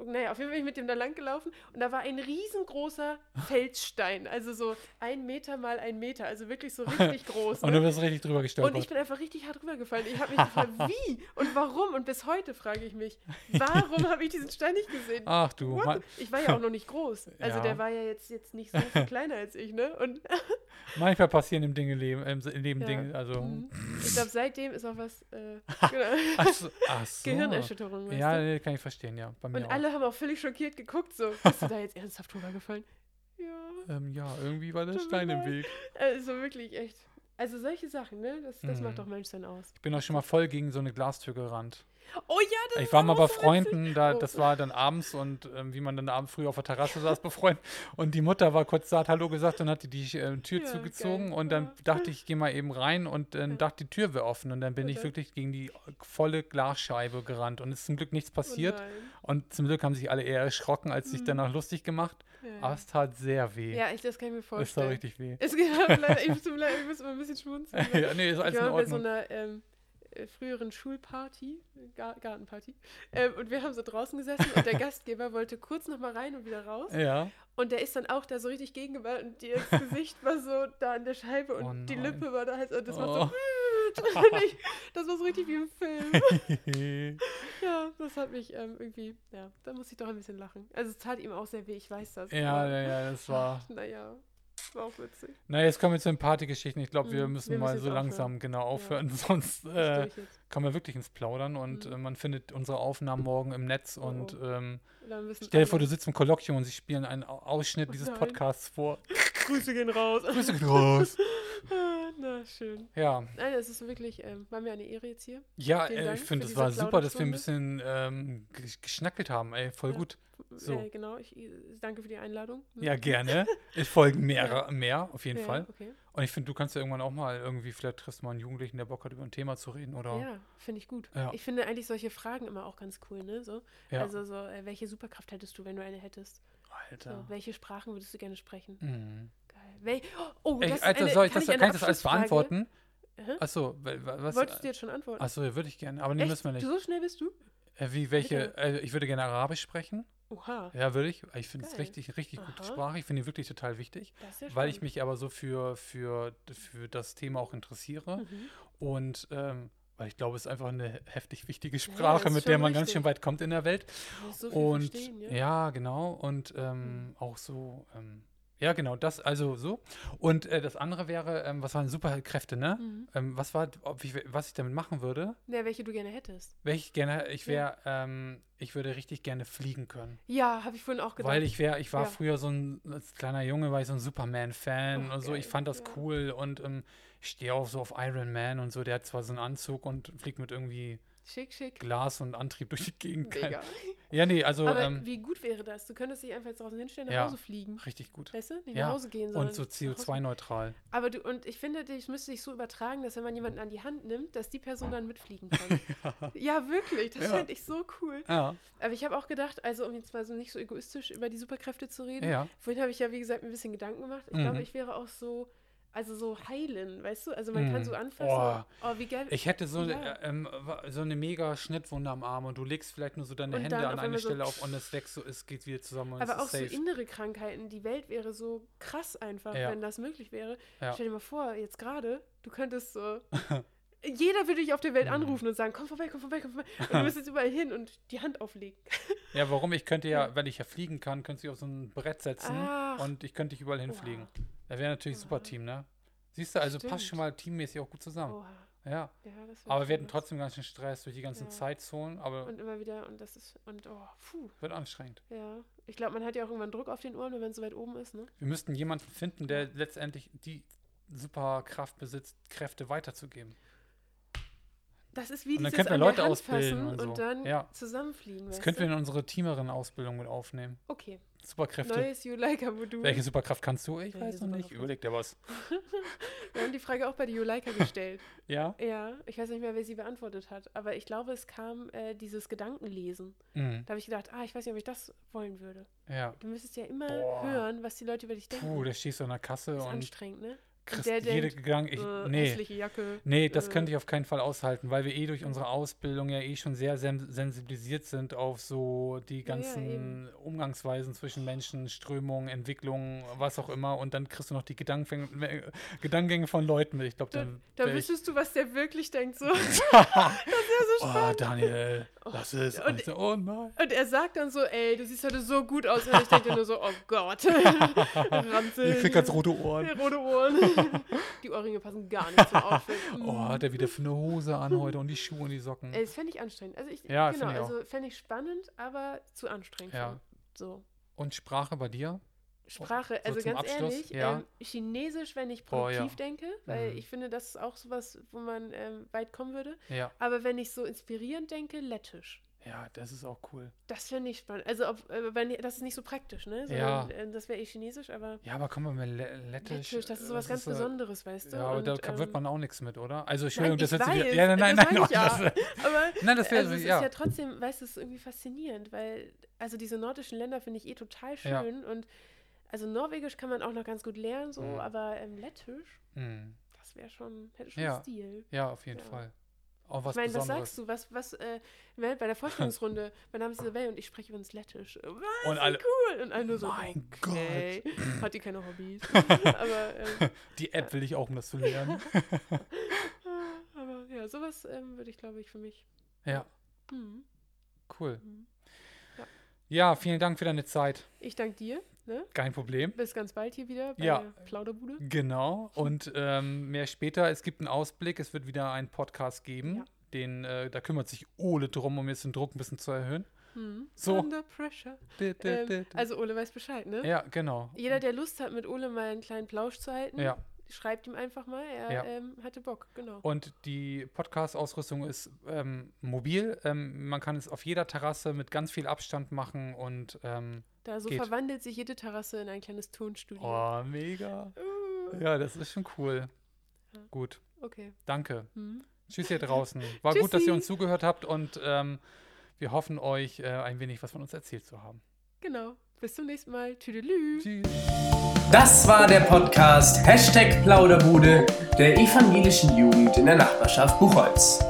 [SPEAKER 3] Naja, auf jeden Fall bin ich mit dem da lang gelaufen und da war ein riesengroßer Feldstein. Also so ein Meter mal ein Meter. Also wirklich so richtig groß.
[SPEAKER 2] Und
[SPEAKER 3] ne?
[SPEAKER 2] du bist richtig drüber
[SPEAKER 3] Und ich
[SPEAKER 2] gestolpert.
[SPEAKER 3] bin einfach richtig hart rübergefallen. Ich habe mich gefragt, wie und warum? Und bis heute frage ich mich, warum habe ich diesen Stein nicht gesehen?
[SPEAKER 2] Ach Ah, du,
[SPEAKER 3] What?
[SPEAKER 2] man,
[SPEAKER 3] Ich war ja auch noch nicht groß. Also
[SPEAKER 2] Ja.
[SPEAKER 3] der war ja jetzt, jetzt nicht so viel kleiner als ich, ne? Und
[SPEAKER 2] manchmal passieren im Dinge Leben, im Se- im Leben
[SPEAKER 3] Ja.
[SPEAKER 2] Dinge, also.
[SPEAKER 3] Mhm. ich glaube, seitdem ist auch was äh, genau,
[SPEAKER 2] Ach so. Ach so.
[SPEAKER 3] Gehirnerschütterung. weißt
[SPEAKER 2] Ja,
[SPEAKER 3] du?
[SPEAKER 2] nee, kann ich verstehen, ja. Bei mir
[SPEAKER 3] Und
[SPEAKER 2] auch.
[SPEAKER 3] alle haben auch völlig schockiert geguckt, so, bist du da jetzt ernsthaft rübergefallen? Ja.
[SPEAKER 2] Ähm, ja, irgendwie war der
[SPEAKER 3] Tut mir
[SPEAKER 2] Stein im
[SPEAKER 3] leid.
[SPEAKER 2] Weg.
[SPEAKER 3] Also wirklich echt. Also solche Sachen, ne? Das, das
[SPEAKER 2] Mhm.
[SPEAKER 3] macht doch Menschsein aus.
[SPEAKER 2] Ich bin auch schon mal voll gegen so eine Glastür gerannt.
[SPEAKER 3] Oh ja, das
[SPEAKER 2] Ich
[SPEAKER 3] ist
[SPEAKER 2] war
[SPEAKER 3] auch
[SPEAKER 2] mal bei
[SPEAKER 3] so witzig.
[SPEAKER 2] Freunden, da,
[SPEAKER 3] Oh.
[SPEAKER 2] das war dann abends und ähm, wie man dann abends früh auf der Terrasse saß bei Freunden und die Mutter war kurz da, hat Hallo gesagt und hatte die äh, Tür
[SPEAKER 3] Ja,
[SPEAKER 2] zugezogen
[SPEAKER 3] geil.
[SPEAKER 2] und dann
[SPEAKER 3] Ja.
[SPEAKER 2] dachte ich, ich gehe mal eben rein und dann
[SPEAKER 3] Ja.
[SPEAKER 2] dachte die Tür wäre offen und dann bin
[SPEAKER 3] Und
[SPEAKER 2] ich
[SPEAKER 3] dann?
[SPEAKER 2] wirklich gegen die äh, volle Glasscheibe gerannt und es ist zum Glück nichts passiert
[SPEAKER 3] Oh nein.
[SPEAKER 2] und zum Glück haben sich alle eher erschrocken, als sich danach lustig gemacht,
[SPEAKER 3] Mhm. Ja.
[SPEAKER 2] aber es tat sehr weh.
[SPEAKER 3] ja, ich, das kann ich mir
[SPEAKER 2] es tat
[SPEAKER 3] vorstellen.
[SPEAKER 2] richtig weh.
[SPEAKER 3] Es geht leider, ich, muss, ich muss immer ein bisschen schmunzeln. weil
[SPEAKER 2] ja, nee, ist alles
[SPEAKER 3] ich
[SPEAKER 2] in
[SPEAKER 3] war bei so
[SPEAKER 2] Ordnung.
[SPEAKER 3] einer ähm, äh, früheren Schulparty, Gar Gartenparty, ähm, und wir haben so draußen gesessen und der Gastgeber wollte kurz noch mal rein und wieder raus.
[SPEAKER 2] ja,
[SPEAKER 3] Und der ist dann auch da so richtig gegengewandt und ihr Gesicht war so da an der Scheibe und
[SPEAKER 2] Oh
[SPEAKER 3] die
[SPEAKER 2] nein.
[SPEAKER 3] Lippe war da halt so, das
[SPEAKER 2] Oh.
[SPEAKER 3] macht so. Und ich, das war so richtig wie im Film. Ja, das hat mich ähm, irgendwie, ja, da musste ich doch ein bisschen lachen. Also es tat ihm auch sehr weh, ich weiß das.
[SPEAKER 2] ja,
[SPEAKER 3] aber,
[SPEAKER 2] ja, ja, das war.
[SPEAKER 3] Naja, war auch witzig.
[SPEAKER 2] Na, jetzt kommen wir zu den Partygeschichten. Ich glaube, wir
[SPEAKER 3] Mhm,
[SPEAKER 2] müssen
[SPEAKER 3] wir
[SPEAKER 2] mal
[SPEAKER 3] müssen
[SPEAKER 2] so
[SPEAKER 3] jetzt
[SPEAKER 2] langsam genau aufhören, sonst
[SPEAKER 3] Ich
[SPEAKER 2] äh,
[SPEAKER 3] durch jetzt.
[SPEAKER 2] kommen wir wirklich ins Plaudern und
[SPEAKER 3] Mhm.
[SPEAKER 2] äh, man findet unsere Aufnahmen morgen im Netz
[SPEAKER 3] Oh,
[SPEAKER 2] und
[SPEAKER 3] oh.
[SPEAKER 2] ähm,
[SPEAKER 3] Oder ein bisschen
[SPEAKER 2] stell dir vor, du
[SPEAKER 3] anders.
[SPEAKER 2] sitzt im Kolloquium und sie spielen einen Au- Ausschnitt
[SPEAKER 3] Oh
[SPEAKER 2] dieses
[SPEAKER 3] nein.
[SPEAKER 2] Podcasts vor.
[SPEAKER 3] Grüße gehen raus.
[SPEAKER 2] Grüße gehen raus.
[SPEAKER 3] Ah, Na, schön.
[SPEAKER 2] Ja,
[SPEAKER 3] Nein, es ist wirklich, ähm, war mir eine Ehre jetzt hier.
[SPEAKER 2] ja
[SPEAKER 3] Vielen
[SPEAKER 2] äh,
[SPEAKER 3] Dank
[SPEAKER 2] ich finde,
[SPEAKER 3] für
[SPEAKER 2] es
[SPEAKER 3] diese
[SPEAKER 2] war super, dass wir ein
[SPEAKER 3] Plauderstunde.
[SPEAKER 2] bisschen ähm, gesch- geschnackelt haben. Ey, voll
[SPEAKER 3] Ja.
[SPEAKER 2] gut. So.
[SPEAKER 3] Äh, genau, ich äh, danke für die Einladung.
[SPEAKER 2] Ja, gerne. Es folgen mehrere, mehr, auf jeden
[SPEAKER 3] Ja,
[SPEAKER 2] Fall.
[SPEAKER 3] Okay.
[SPEAKER 2] Und ich finde, du kannst ja irgendwann auch mal irgendwie, vielleicht triffst du mal einen Jugendlichen, der Bock hat, über ein Thema zu reden oder.
[SPEAKER 3] Ja, finde ich gut.
[SPEAKER 2] Ja.
[SPEAKER 3] Ich finde eigentlich solche Fragen immer auch ganz cool, ne? So.
[SPEAKER 2] Ja.
[SPEAKER 3] Also so, äh, welche Superkraft hättest du, wenn du eine hättest? So,
[SPEAKER 2] Alter.
[SPEAKER 3] welche Sprachen würdest du gerne sprechen?
[SPEAKER 2] Mhm.
[SPEAKER 3] Geil. Wel oh,
[SPEAKER 2] Ey,
[SPEAKER 3] das
[SPEAKER 2] Alter,
[SPEAKER 3] ist eine,
[SPEAKER 2] soll ich das,
[SPEAKER 3] eine
[SPEAKER 2] kann ich das alles
[SPEAKER 3] Abschlussfrage?
[SPEAKER 2] beantworten?
[SPEAKER 3] Hä?
[SPEAKER 2] Achso, wa- wa- was?
[SPEAKER 3] Wolltest du jetzt schon antworten?
[SPEAKER 2] Achso, ja, würde ich gerne. Aber nee,
[SPEAKER 3] Echt?
[SPEAKER 2] müssen wir nicht.
[SPEAKER 3] Du so schnell bist du?
[SPEAKER 2] Äh, wie, welche?
[SPEAKER 3] Bitte.
[SPEAKER 2] Äh, ich würde gerne Arabisch sprechen.
[SPEAKER 3] Oha.
[SPEAKER 2] Ja, würde ich. Ich finde es
[SPEAKER 3] Geil.
[SPEAKER 2] richtig, richtig gute
[SPEAKER 3] Aha.
[SPEAKER 2] Sprache. Ich finde die wirklich total wichtig,
[SPEAKER 3] Das ist ja
[SPEAKER 2] weil ich
[SPEAKER 3] spannend. Hm.
[SPEAKER 2] mich aber so für, für, für das Thema auch interessiere.
[SPEAKER 3] Mhm.
[SPEAKER 2] Und ähm, Weil ich glaube, es ist einfach eine heftig wichtige Sprache,
[SPEAKER 3] ist
[SPEAKER 2] mit der
[SPEAKER 3] schon
[SPEAKER 2] man ganz
[SPEAKER 3] richtig.
[SPEAKER 2] schön weit kommt in der Welt.
[SPEAKER 3] Man muss so viel
[SPEAKER 2] Und
[SPEAKER 3] verstehen,
[SPEAKER 2] ja.
[SPEAKER 3] ja. Hm.
[SPEAKER 2] genau. Und ähm, auch so, ähm, ja, genau, das, also so. Und äh, das andere wäre, ähm, was waren Superkräfte, ne?
[SPEAKER 3] Mhm.
[SPEAKER 2] Ähm, was war, ob ich, was ich damit machen würde?
[SPEAKER 3] Ja, welche du gerne hättest.
[SPEAKER 2] Welch gerne, ich
[SPEAKER 3] Ja.
[SPEAKER 2] wäre, ähm, ich würde richtig gerne fliegen können.
[SPEAKER 3] Ja, habe ich vorhin auch gedacht.
[SPEAKER 2] Weil ich wäre, ich war
[SPEAKER 3] Genau. Ja.
[SPEAKER 2] früher so ein als kleiner Junge, war ich so ein Superman-Fan
[SPEAKER 3] Oh,
[SPEAKER 2] und so. Ich
[SPEAKER 3] geil,
[SPEAKER 2] fand das
[SPEAKER 3] ja.
[SPEAKER 2] cool und ähm, ich stehe auch so auf Iron Man und so. Der hat zwar so einen Anzug und fliegt mit irgendwie
[SPEAKER 3] schick, schick.
[SPEAKER 2] Glas und Antrieb durch die Gegend. Kein-
[SPEAKER 3] Mega.
[SPEAKER 2] Ja, nee, also
[SPEAKER 3] Aber
[SPEAKER 2] ähm,
[SPEAKER 3] wie gut wäre das? Du könntest dich einfach draußen hinstellen, nach
[SPEAKER 2] ja.
[SPEAKER 3] Hause fliegen.
[SPEAKER 2] richtig gut.
[SPEAKER 3] Weißt du? Nicht
[SPEAKER 2] Ja.
[SPEAKER 3] nach Hause gehen, sondern
[SPEAKER 2] Und so
[SPEAKER 3] nach Hause-
[SPEAKER 2] CO2-neutral.
[SPEAKER 3] Aber du, und ich finde, das müsste ich so übertragen, dass wenn man jemanden an die Hand nimmt, dass die Person dann mitfliegen kann. ja. wirklich. Das
[SPEAKER 2] Ja.
[SPEAKER 3] fände ich so cool.
[SPEAKER 2] Ja,
[SPEAKER 3] Aber ich habe auch gedacht, also um jetzt mal so nicht so egoistisch über die Superkräfte zu reden,
[SPEAKER 2] ja.
[SPEAKER 3] vorhin habe ich ja, wie gesagt, ein bisschen Gedanken gemacht. Ich
[SPEAKER 2] Mhm.
[SPEAKER 3] glaube, ich wäre auch so, also so heilen, weißt du? Also man
[SPEAKER 2] Mhm.
[SPEAKER 3] kann so anfassen.
[SPEAKER 2] Oh.
[SPEAKER 3] Oh, wie geil.
[SPEAKER 2] Ich hätte so,
[SPEAKER 3] Ja.
[SPEAKER 2] äh, ähm, wa- so eine mega Schnittwunde am Arm und du legst vielleicht nur so deine
[SPEAKER 3] Und
[SPEAKER 2] Hände
[SPEAKER 3] dann
[SPEAKER 2] an
[SPEAKER 3] auf
[SPEAKER 2] eine
[SPEAKER 3] einmal so
[SPEAKER 2] Stelle auf und es wächst so, es geht wieder zusammen und
[SPEAKER 3] aber
[SPEAKER 2] es
[SPEAKER 3] auch
[SPEAKER 2] ist
[SPEAKER 3] so
[SPEAKER 2] safe.
[SPEAKER 3] innere Krankheiten. Die Welt wäre so krass einfach,
[SPEAKER 2] Ja.
[SPEAKER 3] wenn das möglich wäre.
[SPEAKER 2] Ja.
[SPEAKER 3] Stell dir mal vor, jetzt gerade, du könntest so. Jeder würde dich auf der Welt
[SPEAKER 2] Mhm.
[SPEAKER 3] anrufen und sagen: Komm vorbei, komm vorbei, komm vorbei. Und du müsstest überall hin und die Hand auflegen.
[SPEAKER 2] Ja, warum? Ich könnte ja,
[SPEAKER 3] Ja.
[SPEAKER 2] weil ich ja fliegen kann, könnte ich auf so ein Brett setzen
[SPEAKER 3] Ach.
[SPEAKER 2] und ich könnte dich überall hinfliegen. Da wäre natürlich super
[SPEAKER 3] Oha.
[SPEAKER 2] Team, ne? Siehst du, also passt schon
[SPEAKER 3] Stimmt.
[SPEAKER 2] mal teammäßig auch gut zusammen.
[SPEAKER 3] Oha.
[SPEAKER 2] Ja.
[SPEAKER 3] Ja, das wird
[SPEAKER 2] Aber wir
[SPEAKER 3] schon
[SPEAKER 2] hätten
[SPEAKER 3] was.
[SPEAKER 2] trotzdem ganz schön Stress durch die ganzen
[SPEAKER 3] Ja.
[SPEAKER 2] Zeitzonen, aber
[SPEAKER 3] Und immer wieder, und das ist, und oh, puh,
[SPEAKER 2] wird anstrengend.
[SPEAKER 3] ja. Ich glaube, man hat ja auch irgendwann Druck auf den Ohren, wenn man so weit oben ist, ne?
[SPEAKER 2] Wir müssten jemanden finden, der letztendlich die Superkraft besitzt, Kräfte weiterzugeben.
[SPEAKER 3] Das ist wie
[SPEAKER 2] Und dann
[SPEAKER 3] dieses
[SPEAKER 2] könnten wir
[SPEAKER 3] an der
[SPEAKER 2] Leute
[SPEAKER 3] Hand
[SPEAKER 2] ausbilden
[SPEAKER 3] fassen
[SPEAKER 2] und so.
[SPEAKER 3] dann
[SPEAKER 2] Ja.
[SPEAKER 3] zusammenfliegen.
[SPEAKER 2] Das
[SPEAKER 3] weißt
[SPEAKER 2] könnten
[SPEAKER 3] du?
[SPEAKER 2] wir in unsere Teamerin-Ausbildung mit aufnehmen.
[SPEAKER 3] Okay,
[SPEAKER 2] Superkräfte.
[SPEAKER 3] neues Juleika-Modul.
[SPEAKER 2] Welche Superkraft kannst du? Ich
[SPEAKER 3] Welche
[SPEAKER 2] weiß noch nicht.
[SPEAKER 3] Superkraft?
[SPEAKER 2] Überleg dir was.
[SPEAKER 3] Wir haben die Frage auch bei der Juleika gestellt.
[SPEAKER 2] Ja?
[SPEAKER 3] Ja, ich weiß nicht mehr, wer sie beantwortet hat, aber ich glaube, es kam äh, dieses Gedankenlesen.
[SPEAKER 2] Mhm.
[SPEAKER 3] Da habe ich gedacht, ah, ich weiß nicht, ob ich das wollen würde.
[SPEAKER 2] Ja.
[SPEAKER 3] Du müsstest ja immer
[SPEAKER 2] Boah.
[SPEAKER 3] hören, was die Leute über dich denken.
[SPEAKER 2] Puh, da stehst du an der Kasse
[SPEAKER 3] das ist
[SPEAKER 2] und
[SPEAKER 3] anstrengend, ne?
[SPEAKER 2] kriegst
[SPEAKER 3] der
[SPEAKER 2] jede
[SPEAKER 3] denkt,
[SPEAKER 2] Gedanken. Ich,
[SPEAKER 3] äh,
[SPEAKER 2] nee,
[SPEAKER 3] hässliche Jacke.
[SPEAKER 2] nee, das
[SPEAKER 3] äh,
[SPEAKER 2] könnte ich auf keinen Fall aushalten, weil wir eh durch unsere Ausbildung ja eh schon sehr sen sensibilisiert sind auf so die
[SPEAKER 3] Ja, ja,
[SPEAKER 2] ganzen Umgangsweisen zwischen Menschen, Strömungen, Entwicklungen, was auch immer. Und dann kriegst du noch die Gedankengänge, Gedankengänge von Leuten mit. Ich glaube,
[SPEAKER 3] Da,
[SPEAKER 2] dann.
[SPEAKER 3] da
[SPEAKER 2] wär ich-
[SPEAKER 3] wüsstest du, was der wirklich denkt. So. Und
[SPEAKER 2] oh, Daniel, lass es. Und ich so, oh nein.
[SPEAKER 3] er sagt dann so, ey, du siehst heute so gut aus. Und ich denke nur so, oh Gott. Ranzel.
[SPEAKER 2] Ich krieg ganz rote Ohren.
[SPEAKER 3] rote Ohren. die Ohrringe passen gar nicht zum Outfit. Mm.
[SPEAKER 2] Oh, hat er wieder für eine Hose an heute und die Schuhe und die Socken.
[SPEAKER 3] Ey, Das fände ich anstrengend. Also ich,
[SPEAKER 2] Ja,
[SPEAKER 3] genau,
[SPEAKER 2] find ich auch.
[SPEAKER 3] also fände ich spannend, aber zu anstrengend.
[SPEAKER 2] Ja.
[SPEAKER 3] schon. So.
[SPEAKER 2] Und Sprache bei dir?
[SPEAKER 3] Sprache, also
[SPEAKER 2] zum
[SPEAKER 3] ganz
[SPEAKER 2] Abschluss,
[SPEAKER 3] ehrlich,
[SPEAKER 2] ja.
[SPEAKER 3] ähm, Chinesisch, wenn ich
[SPEAKER 2] Boah, ja.
[SPEAKER 3] produktiv denke, weil
[SPEAKER 2] Mhm.
[SPEAKER 3] ich finde, das ist auch sowas, wo man ähm, weit kommen würde.
[SPEAKER 2] Ja.
[SPEAKER 3] Aber wenn ich so inspirierend denke, Lettisch.
[SPEAKER 2] Ja, das ist auch cool.
[SPEAKER 3] Das finde ich spannend. Also, ob, äh, wenn, das ist nicht so praktisch, ne?
[SPEAKER 2] Ja.
[SPEAKER 3] Sondern, ähm, das wäre eh Chinesisch, aber
[SPEAKER 2] Ja, aber komm mal, mit Le Lettisch.
[SPEAKER 3] Lettisch, das ist sowas
[SPEAKER 2] äh,
[SPEAKER 3] ganz
[SPEAKER 2] äh,
[SPEAKER 3] Besonderes, weißt du?
[SPEAKER 2] Ja, aber da
[SPEAKER 3] Und,
[SPEAKER 2] kann-
[SPEAKER 3] ähm,
[SPEAKER 2] wird man auch nichts mit, oder? Also,
[SPEAKER 3] Nein,
[SPEAKER 2] Entschuldigung,
[SPEAKER 3] ich
[SPEAKER 2] das jetzt
[SPEAKER 3] weiß,
[SPEAKER 2] wieder. Ja, nein, nein,
[SPEAKER 3] das
[SPEAKER 2] nein.
[SPEAKER 3] meine ich
[SPEAKER 2] nein,
[SPEAKER 3] ja. Aber
[SPEAKER 2] nein, das wäre.
[SPEAKER 3] also es
[SPEAKER 2] ja.
[SPEAKER 3] ist ja trotzdem, weißt du, es ist irgendwie faszinierend, weil, also diese nordischen Länder finde ich eh total
[SPEAKER 2] Ja.
[SPEAKER 3] schön und also Norwegisch kann man auch noch ganz gut lernen, so,
[SPEAKER 2] Mhm.
[SPEAKER 3] aber ähm, Lettisch,
[SPEAKER 2] Hm.
[SPEAKER 3] das wäre schon, hätte schon
[SPEAKER 2] Ja.
[SPEAKER 3] Stil.
[SPEAKER 2] ja, auf jeden
[SPEAKER 3] Ja.
[SPEAKER 2] Fall. Auch
[SPEAKER 3] Ich
[SPEAKER 2] was
[SPEAKER 3] meine, was
[SPEAKER 2] Besonderes.
[SPEAKER 3] sagst du? Was, was, äh, bei der Vorstellungsrunde, mein Name ist Isabel und ich spreche übrigens Lettisch. Äh, Was?
[SPEAKER 2] Und
[SPEAKER 3] Wie
[SPEAKER 2] alle-
[SPEAKER 3] cool! Und alle nur so,
[SPEAKER 2] Mein
[SPEAKER 3] okay. Hat die keine Hobbys. aber, ähm,
[SPEAKER 2] Die App will ich auch, um das zu lernen.
[SPEAKER 3] ah, aber ja, sowas ähm, würde ich, glaube ich, für mich.
[SPEAKER 2] ja,
[SPEAKER 3] Hm.
[SPEAKER 2] cool.
[SPEAKER 3] Mhm.
[SPEAKER 2] Ja.
[SPEAKER 3] Ja.
[SPEAKER 2] vielen Dank für deine Zeit.
[SPEAKER 3] Ich danke dir. Ne?
[SPEAKER 2] Kein Problem.
[SPEAKER 3] Bis ganz bald hier wieder bei
[SPEAKER 2] Ja.
[SPEAKER 3] der Plauderbude.
[SPEAKER 2] Genau. Und ähm, mehr später, es gibt einen Ausblick, es wird wieder einen Podcast geben.
[SPEAKER 3] Ja.
[SPEAKER 2] Den, äh, da kümmert sich Ole drum, um jetzt den Druck ein bisschen zu erhöhen.
[SPEAKER 3] Hm.
[SPEAKER 2] So.
[SPEAKER 3] Under pressure.
[SPEAKER 2] Di- di- di-
[SPEAKER 3] Ähm,
[SPEAKER 2] di-
[SPEAKER 3] also Ole weiß Bescheid, ne?
[SPEAKER 2] ja, genau.
[SPEAKER 3] Jeder, der Lust hat, mit Ole mal einen kleinen Plausch zu halten,
[SPEAKER 2] Ja.
[SPEAKER 3] schreibt ihm einfach mal. Er
[SPEAKER 2] Ja.
[SPEAKER 3] ähm, hatte Bock, genau.
[SPEAKER 2] Und die Podcast-Ausrüstung ist ähm, mobil. Ähm, man kann es auf jeder Terrasse mit ganz viel Abstand machen und ähm,
[SPEAKER 3] da so
[SPEAKER 2] geht.
[SPEAKER 3] verwandelt sich jede Terrasse in ein kleines Tonstudio.
[SPEAKER 2] oh, mega.
[SPEAKER 3] Uh,
[SPEAKER 2] Äh. Ja, das ist schon cool.
[SPEAKER 3] Ja.
[SPEAKER 2] Gut,
[SPEAKER 3] okay.
[SPEAKER 2] danke.
[SPEAKER 3] Hm.
[SPEAKER 2] Tschüss hier draußen. War gut, dass ihr
[SPEAKER 3] Tschüssi.
[SPEAKER 2] uns zugehört habt und ähm, wir hoffen euch äh, ein wenig was von uns erzählt zu haben.
[SPEAKER 3] Genau. Bis zum nächsten Mal. Tüdelü.
[SPEAKER 2] Tschüss.
[SPEAKER 1] Das war der Podcast Hashtag Plauderbude der evangelischen Jugend in der Nachbarschaft Buchholz.